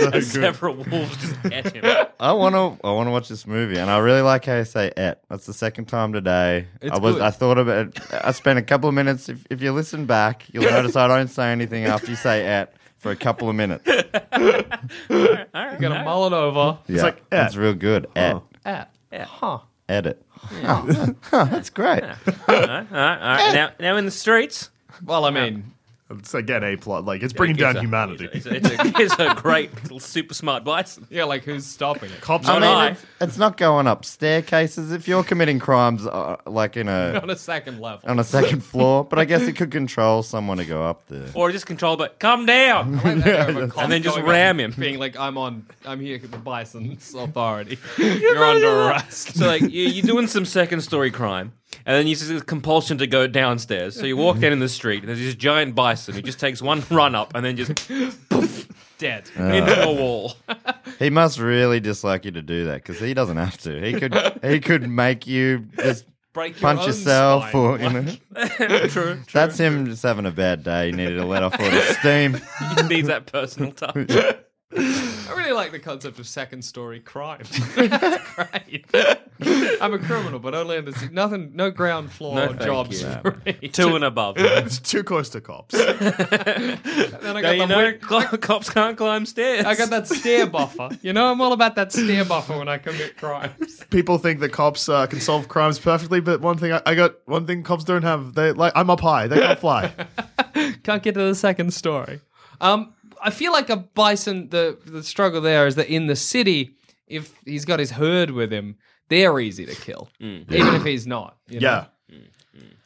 Speaker 7: And several wolves just at him.
Speaker 6: I want to. I want to watch this movie, and I really like how you say "et." That's the second time today.
Speaker 3: It's
Speaker 6: I was.
Speaker 3: good.
Speaker 6: I thought about. It. I spent a couple of minutes. If, if you listen back, you'll notice I don't say anything after you say "et" for a couple of minutes. It's
Speaker 3: You're gonna mull it over.
Speaker 6: yeah,
Speaker 4: like,
Speaker 6: that's
Speaker 4: "et." Oh.
Speaker 6: real good. "Et,"
Speaker 3: At. Huh.
Speaker 6: edit. Huh, that's great.
Speaker 7: All right, all right, all right. Now, now in the streets,
Speaker 3: Well, I mean,
Speaker 4: It's again a plot. Like it's bringing
Speaker 7: It's
Speaker 4: down
Speaker 7: a-
Speaker 4: humanity.
Speaker 7: It's a, it's, a, it's a great little super smart bison.
Speaker 3: Yeah, like who's stopping it?
Speaker 4: Cops
Speaker 7: I
Speaker 4: are
Speaker 7: mean,
Speaker 4: not.
Speaker 6: it's, it's not going up staircases if you're committing crimes uh, like in a
Speaker 3: On a second level.
Speaker 6: on a second floor. But I guess it could control someone to go up there.
Speaker 7: Or just control, but come down.
Speaker 3: Like that over cops
Speaker 7: And then just
Speaker 3: going up
Speaker 7: ram
Speaker 3: and
Speaker 7: him.
Speaker 3: being like, "I'm on, I'm here with the Bison's authority. You're under arrest."
Speaker 7: So like you, you're doing some second story crime, and then you see this compulsion to go downstairs. So you walk down in the street, and there's this giant bison who just takes one run up and then just poof, dead
Speaker 3: Uh.
Speaker 7: into a wall.
Speaker 6: He must really dislike you to do that because he doesn't have to. He could he could make you just
Speaker 7: Break your
Speaker 6: punch
Speaker 7: own
Speaker 6: yourself
Speaker 7: spine.
Speaker 6: or you know.
Speaker 7: True.
Speaker 6: That's him just having a bad day. He needed to let off all the steam.
Speaker 7: He needs that personal touch.
Speaker 3: I really like the concept of second story crime. That's great. I'm a criminal, but only on this nothing, no ground floor
Speaker 7: No, thank
Speaker 3: jobs
Speaker 7: you.
Speaker 3: for me.
Speaker 7: Two and above.
Speaker 4: It's too close to cops.
Speaker 3: Then I
Speaker 7: Now
Speaker 3: got
Speaker 7: you
Speaker 3: the
Speaker 7: know,
Speaker 3: wi-
Speaker 7: co- cops can't climb stairs.
Speaker 3: I got that stair buffer. You know, I'm all about that stair buffer when I commit crimes.
Speaker 4: People think that cops uh, can solve crimes perfectly, but one thing I, I got one thing cops don't have. They like I'm up high. They can't fly.
Speaker 3: Can't get to the second story. Um, I feel like a bison. The the struggle there is that in the city, if he's got his herd with him, they're easy to kill,
Speaker 7: Mm.
Speaker 3: even if he's not. you know?
Speaker 4: yeah.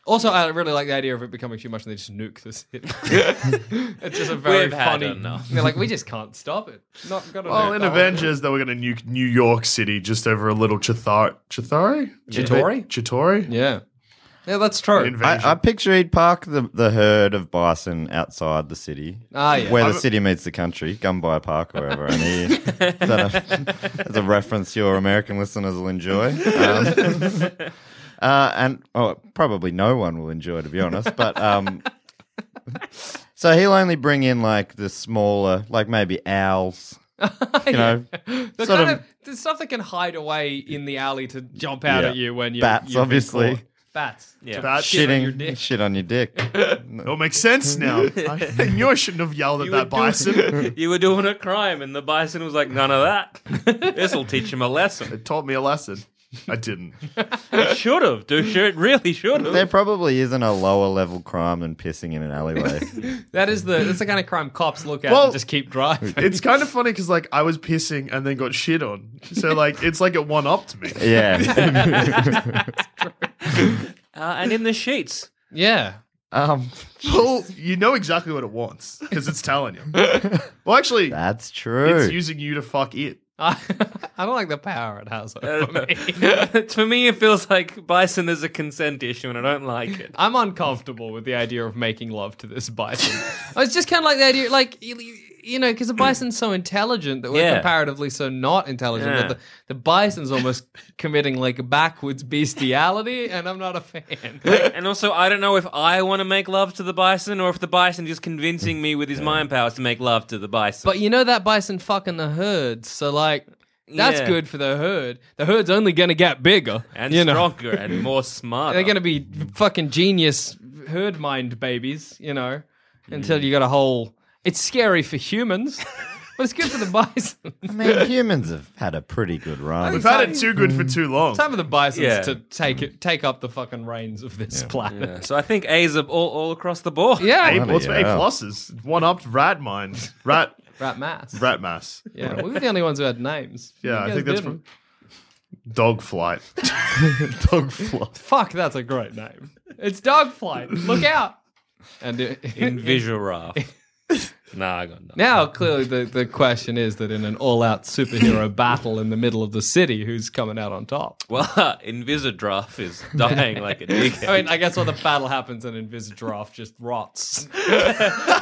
Speaker 3: Also, I really like the idea of it becoming too much and they just nuke the city. it's just a very
Speaker 7: We've had
Speaker 3: funny.
Speaker 7: enough.
Speaker 3: They're like, we just can't stop it. Not gonna.
Speaker 4: Well,
Speaker 3: nuke
Speaker 4: in
Speaker 3: the whole-
Speaker 7: um,
Speaker 4: Avengers, they were going to nuke New York City just over a little Chithar- Chithari?
Speaker 3: Chitauri?
Speaker 4: Chitauri?
Speaker 3: Yeah, yeah, that's true.
Speaker 4: Invasion.
Speaker 6: I, I picture he'd park the, the herd of bison outside the city.
Speaker 3: Ah, yeah.
Speaker 6: Where the city meets the country, Gumby Park, or wherever. And he, is that a, that's a reference your American listeners will enjoy. Um, uh, and oh, probably no one will enjoy, to be honest. But um, so he'll only bring in like the smaller, like maybe owls. You know,
Speaker 3: the
Speaker 6: sort
Speaker 3: kind
Speaker 6: of-
Speaker 3: of, the stuff that can hide away in the alley to jump out
Speaker 6: Yeah.
Speaker 3: at you when you
Speaker 6: Bats,
Speaker 3: you've been
Speaker 6: obviously.
Speaker 3: caught. Bats. Yeah.
Speaker 4: That
Speaker 3: Shit on your
Speaker 6: shitting
Speaker 3: dick.
Speaker 6: shit on your dick.
Speaker 4: It all makes sense now. I, I knew I shouldn't have yelled at
Speaker 7: You
Speaker 4: that
Speaker 7: were doing-
Speaker 4: bison.
Speaker 7: you were doing a crime, and the bison was like, none of that. This'll teach him a lesson.
Speaker 4: it taught me a lesson. I didn't.
Speaker 7: It should have, dude. Sure, It really should have. Uh,
Speaker 6: There probably isn't a lower level crime than pissing in an alleyway.
Speaker 3: That is the that's the kind of crime cops look at
Speaker 4: Well-
Speaker 3: and just keep driving.
Speaker 4: It's kind of funny because like I was pissing and then got shit on. So like it's like it one upped me.
Speaker 6: yeah.
Speaker 7: Uh, and in the sheets.
Speaker 3: yeah.
Speaker 6: Um,
Speaker 4: Well, you know exactly what it wants because it's telling you. Well, actually,
Speaker 6: that's true.
Speaker 4: it's using you to fuck it.
Speaker 3: I, I don't like the power it has over me.
Speaker 7: For me, it feels like bison is a consent issue, and I don't like it.
Speaker 3: I'm uncomfortable with the idea of making love to this bison. it's just kind of like the idea, like you- you know, because the bison's so intelligent that we're
Speaker 7: Yeah.
Speaker 3: comparatively so not intelligent.
Speaker 7: Yeah.
Speaker 3: That the, the bison's almost committing like backwards bestiality, and I'm not a fan.
Speaker 7: And also, I don't know if I want to make love to the bison or if the bison is convincing me with his mind powers to make love to the bison.
Speaker 3: but you know that bison fucking the herd, so like. That's
Speaker 7: Yeah.
Speaker 3: good for the herd. The herd's only going to get bigger
Speaker 7: and
Speaker 3: you know.
Speaker 7: stronger and more smart.
Speaker 3: They're going to be fucking genius herd mind babies, you know, until you got a whole. It's scary for humans, but it's good for the bison.
Speaker 6: I mean, humans have had a pretty good
Speaker 4: We've
Speaker 6: run.
Speaker 4: had it too good for
Speaker 3: Mm.
Speaker 4: too long.
Speaker 3: Time for the bisons
Speaker 7: Yeah.
Speaker 3: to take it, take up the fucking reins of this planet.
Speaker 7: So I think A's are all, all across the board.
Speaker 3: Yeah,
Speaker 4: A,
Speaker 6: Bloody
Speaker 4: what's A
Speaker 6: hell.
Speaker 4: pluses? One upped rat mind. Rat
Speaker 3: rat mass.
Speaker 4: rat mass.
Speaker 3: Yeah, we were the only ones who had names. You
Speaker 4: Yeah, I
Speaker 3: guys
Speaker 4: think that's
Speaker 3: didn't.
Speaker 4: dog flight. dog flight.
Speaker 3: fuck. That's a great name. It's Dogflight. Look out! And
Speaker 7: In
Speaker 3: it,
Speaker 7: visual raft. nah, I got nothing.
Speaker 3: now, clearly, the, the question is that in an all-out superhero battle in the middle of the city, who's coming out on top?
Speaker 7: Well, Invisidraft is dying like a dickhead.
Speaker 3: I mean, I guess while the battle happens, an Invisidraft just rots.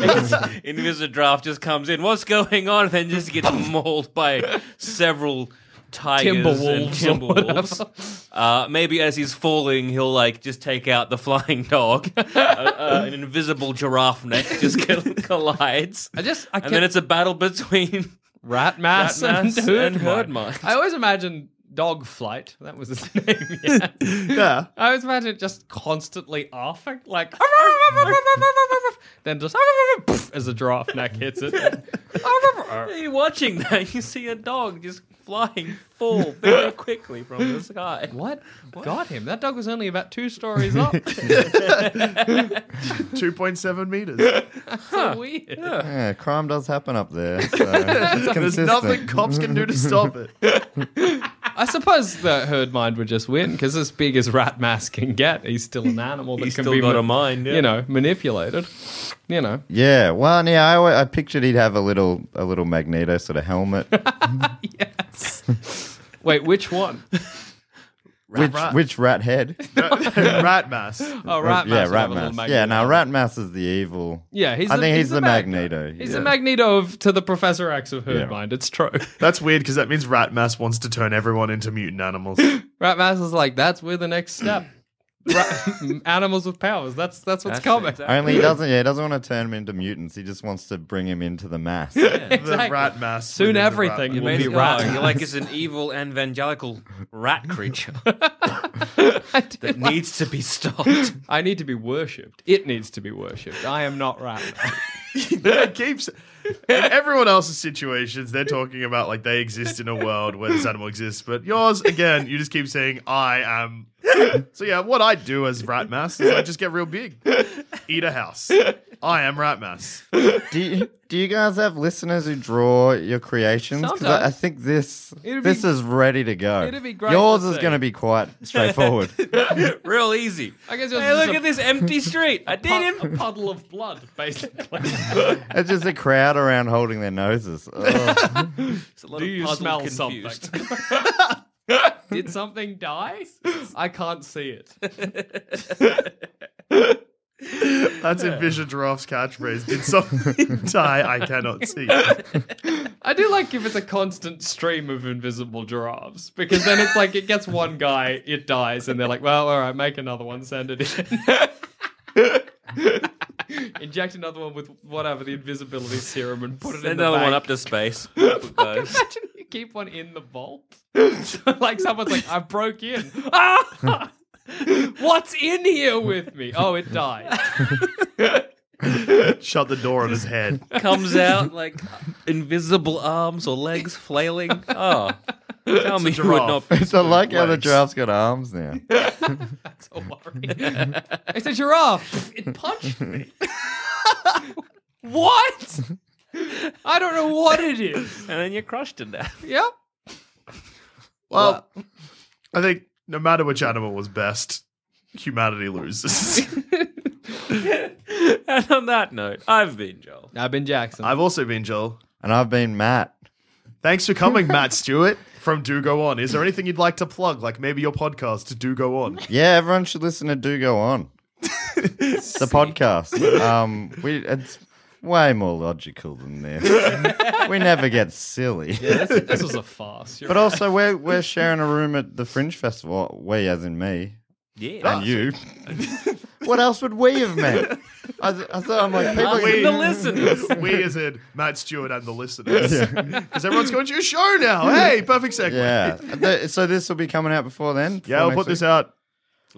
Speaker 7: Invisidraft just comes in. What's going on? Then just gets mauled by several tigers and
Speaker 3: Timberwolves or whatever.
Speaker 7: timberwolves. Uh, maybe as he's falling, he'll like just take out the flying dog. uh, uh, an invisible giraffe neck just coll- collides.
Speaker 3: I just, I
Speaker 7: and then
Speaker 3: can't.
Speaker 7: it's a battle between
Speaker 3: Rat mass,
Speaker 7: Rat mass
Speaker 3: and, herd
Speaker 7: and herd
Speaker 3: mind.
Speaker 7: mind.
Speaker 3: I always imagine Dog Flight. That was his name. Yeah.
Speaker 4: Yeah.
Speaker 3: I was imagining just constantly arfing, like then just as a giraffe neck hits it.
Speaker 7: You're watching that, you see a dog just flying full very quickly from the sky.
Speaker 3: What? got him? That dog was only about two stories up. It's
Speaker 4: 2.7 meters.
Speaker 3: so weird.
Speaker 6: Yeah, crime does happen up there. So it's
Speaker 4: There's
Speaker 6: consistent.
Speaker 4: nothing cops can do to stop it.
Speaker 3: I suppose the herd mind would just win because as big as Rat Mask can get, he's still an animal that
Speaker 7: He's
Speaker 3: can
Speaker 7: still
Speaker 3: be
Speaker 7: got
Speaker 3: ma-
Speaker 7: a mind, yeah.
Speaker 3: you know, manipulated. You know,
Speaker 6: Yeah, well, yeah, I, alwa- I pictured he'd have a little, a little magneto sort of helmet,
Speaker 3: yes. Wait, which one? Oh,
Speaker 6: which,
Speaker 4: rat.
Speaker 6: which rat head?
Speaker 4: Rat mass.
Speaker 3: Oh, Rat
Speaker 6: yeah,
Speaker 3: Mask. would
Speaker 6: rat
Speaker 3: have a little
Speaker 6: mass.
Speaker 3: magnet
Speaker 6: Yeah,
Speaker 3: on
Speaker 6: no,
Speaker 3: it.
Speaker 6: rat mass is the evil.
Speaker 3: Yeah, he's
Speaker 6: I
Speaker 3: the-
Speaker 6: think
Speaker 3: he's
Speaker 6: he's,
Speaker 3: the
Speaker 6: the,
Speaker 3: bad guy.
Speaker 6: magneto.
Speaker 3: He's
Speaker 6: yeah.
Speaker 3: the Magneto of to the Professor X of herd
Speaker 6: Yeah.
Speaker 3: mind. It's true.
Speaker 4: That's weird because that means rat mass wants to turn everyone into mutant animals.
Speaker 3: Rat Mask is like, that's where the next step. Rat- animals with powers. That's that's what's
Speaker 7: That's
Speaker 3: coming.
Speaker 7: exactly-
Speaker 6: Only he doesn't. Yeah, he doesn't want to turn him into mutants. He just wants to bring him into the mass.
Speaker 4: The rat mass.
Speaker 3: Soon
Speaker 4: within the rat
Speaker 3: everything
Speaker 4: mass.
Speaker 3: will
Speaker 7: Basically,
Speaker 3: be rat.
Speaker 7: oh, You're like it's an evil evangelical rat creature that needs to be stopped.
Speaker 3: I need to be worshipped. It needs to be worshipped. I am not Rat. Mask.
Speaker 4: it keeps in everyone else's situations they're talking about like they exist in a world where this animal exists but yours again you just keep saying i am so yeah what i do as rat mass is i just get real big eat a house i am rat mass
Speaker 6: do you, do you guys have listeners who draw your creations? 'Cause
Speaker 3: Sometimes.
Speaker 6: I, I think this
Speaker 3: It'd
Speaker 6: this
Speaker 3: be-
Speaker 6: is ready to go.
Speaker 3: it'd be great
Speaker 6: Yours
Speaker 3: to
Speaker 6: is
Speaker 3: see.
Speaker 6: going to be quite straightforward.
Speaker 7: Real easy.
Speaker 3: I guess it was
Speaker 7: hey, look
Speaker 3: just a-
Speaker 7: at this empty street. I did him.
Speaker 3: Pu- a puddle of blood, basically.
Speaker 6: it's just a crowd around holding their noses. Ugh.
Speaker 7: It's a lot
Speaker 3: Do
Speaker 7: of
Speaker 3: you
Speaker 7: puzzle
Speaker 3: smell
Speaker 7: confused.
Speaker 3: something? Did something die? I can't see it.
Speaker 4: that's envision giraffe's catchphrase did something die i cannot see
Speaker 3: I do like if it's a constant stream of invisible giraffes because then it's like it gets one guy, it dies, and they're like, well, all right, make another one, send it in. Inject another one with whatever the invisibility serum and put it in
Speaker 7: Send
Speaker 3: the
Speaker 7: another one
Speaker 3: bank.
Speaker 7: up to space. Guys.
Speaker 3: Imagine you keep one in the vault. So, like someone's like, I broke in. Ah! What's in here with me? Oh, it died.
Speaker 4: shut the door on his head
Speaker 7: comes out like invisible arms or legs flailing. Oh, tell me you would not.
Speaker 4: giraffe.
Speaker 7: Be.
Speaker 6: I like how the
Speaker 4: Legs.
Speaker 6: giraffe's got arms now.
Speaker 3: It's a worry. It's a giraffe. It punched me. what? I don't know what it is.
Speaker 7: And then you're crushed to death.
Speaker 3: Yep.
Speaker 4: well i think no matter which animal was best humanity loses
Speaker 7: And on that note, I've been Joel.
Speaker 3: I've been Jackson.
Speaker 4: i've also been joel
Speaker 6: And I've been Matt.
Speaker 4: Thanks for coming, Matt Stewart from Do Go On. Is there anything you'd like to plug? Like maybe your podcast, Do Go On.
Speaker 6: Yeah, everyone should listen to Do Go On. the podcast. Um, we it's way more logical than this. we never get silly.
Speaker 3: this, this was a farce. You're
Speaker 6: But also, we're we're sharing a room at the Fringe Festival. We, as in me
Speaker 7: Yeah.
Speaker 6: and you. what else would we have met? I, th- I thought I'm like people.
Speaker 7: Us and the listeners.
Speaker 4: We as in Matt Stewart and the listeners. Because everyone's going to your show now. Hey, perfect segue.
Speaker 6: Yeah. Th- So this will be coming out before then.
Speaker 4: Yeah, I'll put this out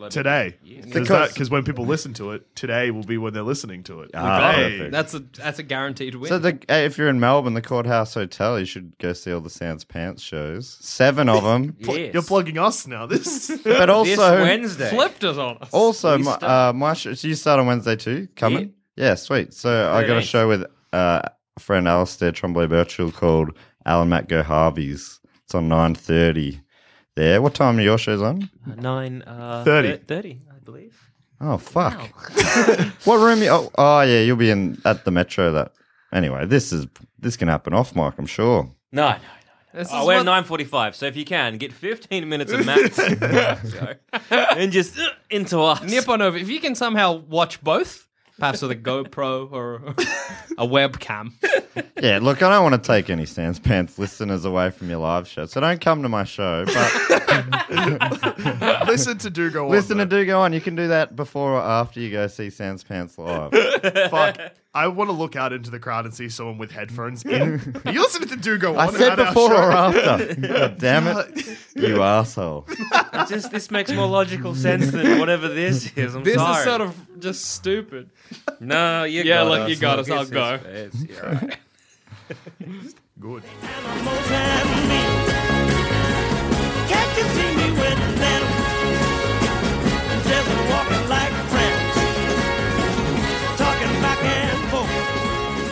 Speaker 4: today.
Speaker 6: Because-
Speaker 4: Because when people listen to it, today will be when they're listening to it.
Speaker 6: Ah,
Speaker 4: Hey.
Speaker 6: perfect.
Speaker 3: That's a that's a guaranteed win.
Speaker 6: So the, uh, if you're in Melbourne, the Courthouse Hotel, you should go see all the Sans Pants shows. Seven of them.
Speaker 7: Yes.
Speaker 4: You're plugging us now. This
Speaker 6: But also
Speaker 7: this Wednesday.
Speaker 3: flipped us on us.
Speaker 6: Also,
Speaker 7: We
Speaker 6: my, uh,
Speaker 7: start-
Speaker 6: my show, so you start on Wednesday too? Coming? Yeah, sweet. So I got a
Speaker 7: 13th.
Speaker 6: show with uh, friend Alistair Trombley Birchall called Alan Matt Go Harvey's. It's on 9.30 there. What time are your shows on?
Speaker 7: Nine uh,
Speaker 4: Thirty.
Speaker 7: thir- Thirty, I believe.
Speaker 6: Oh, fuck. what room? You, oh, oh, yeah, you'll be in at the Metro that. Anyway, this is this can happen off mic, I'm sure.
Speaker 7: No, no, no.
Speaker 3: This
Speaker 7: Oh,
Speaker 3: is
Speaker 7: we're
Speaker 3: what-
Speaker 7: at nine forty-five. So if you can get fifteen minutes of max, and just uh, into us.
Speaker 3: nip on over. If you can somehow watch both,
Speaker 8: Perhaps with a GoPro or a webcam.
Speaker 6: Yeah, look, I don't want to take any Sans Pants listeners away from your live show, so don't come to my show. But
Speaker 9: Listen to Do Go On.
Speaker 6: listen to
Speaker 9: though.
Speaker 6: Do Go On. You can do that before or after you go see Sans Pants live.
Speaker 9: Fuck. I want to look out into the crowd and see someone with headphones in. Are you listening to Do Go On?
Speaker 6: I said
Speaker 9: at our
Speaker 6: before
Speaker 9: show?
Speaker 6: or after. God damn it, you asshole!
Speaker 10: It's just this makes more logical sense than whatever this is. I'm
Speaker 8: This
Speaker 10: sorry.
Speaker 8: is sort of just stupid.
Speaker 10: no, you
Speaker 8: Yeah,
Speaker 10: got
Speaker 8: look,
Speaker 10: us.
Speaker 8: you got us, I'll
Speaker 10: it's-
Speaker 8: go.
Speaker 10: it's- it's- you're right.
Speaker 9: Good.
Speaker 11: animals and me. Can't you see me with them? Just walking like friends, talking back and forth.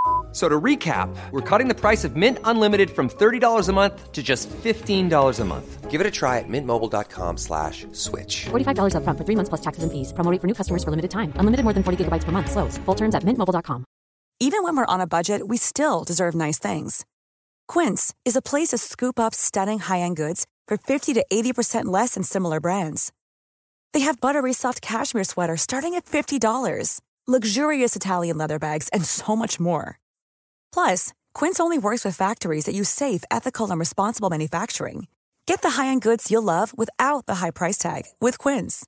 Speaker 2: So to recap, we're cutting the price of Mint Unlimited from $30 a month to just $15 a month. Give it a try at mintmobile.com slash switch.
Speaker 12: $45 upfront for three months plus taxes and fees. Promo rate for new customers for limited time. Unlimited more than 40 gigabytes per month. Slows. Full terms at mintmobile.com.
Speaker 1: Even when we're on a budget, we still deserve nice things. Quince is a place to scoop up stunning high-end goods for 50 to 80% less than similar brands. They have buttery soft cashmere sweaters starting at $50, luxurious Italian leather bags, and so much more. Plus, Quince only works with factories that use safe, ethical, and responsible manufacturing. Get the high-end goods you'll love without the high price tag with Quince.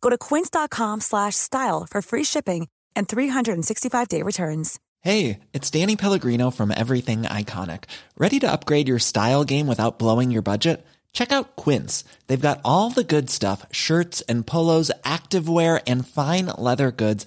Speaker 1: Go to quince.com/style slash style for free shipping and 365-day returns.
Speaker 7: Hey, it's Danny Pellegrino from Everything Iconic. Ready to upgrade your style game without blowing your budget? Check out Quince. They've got all the good stuff shirts and polos, activewear, and fine leather goods,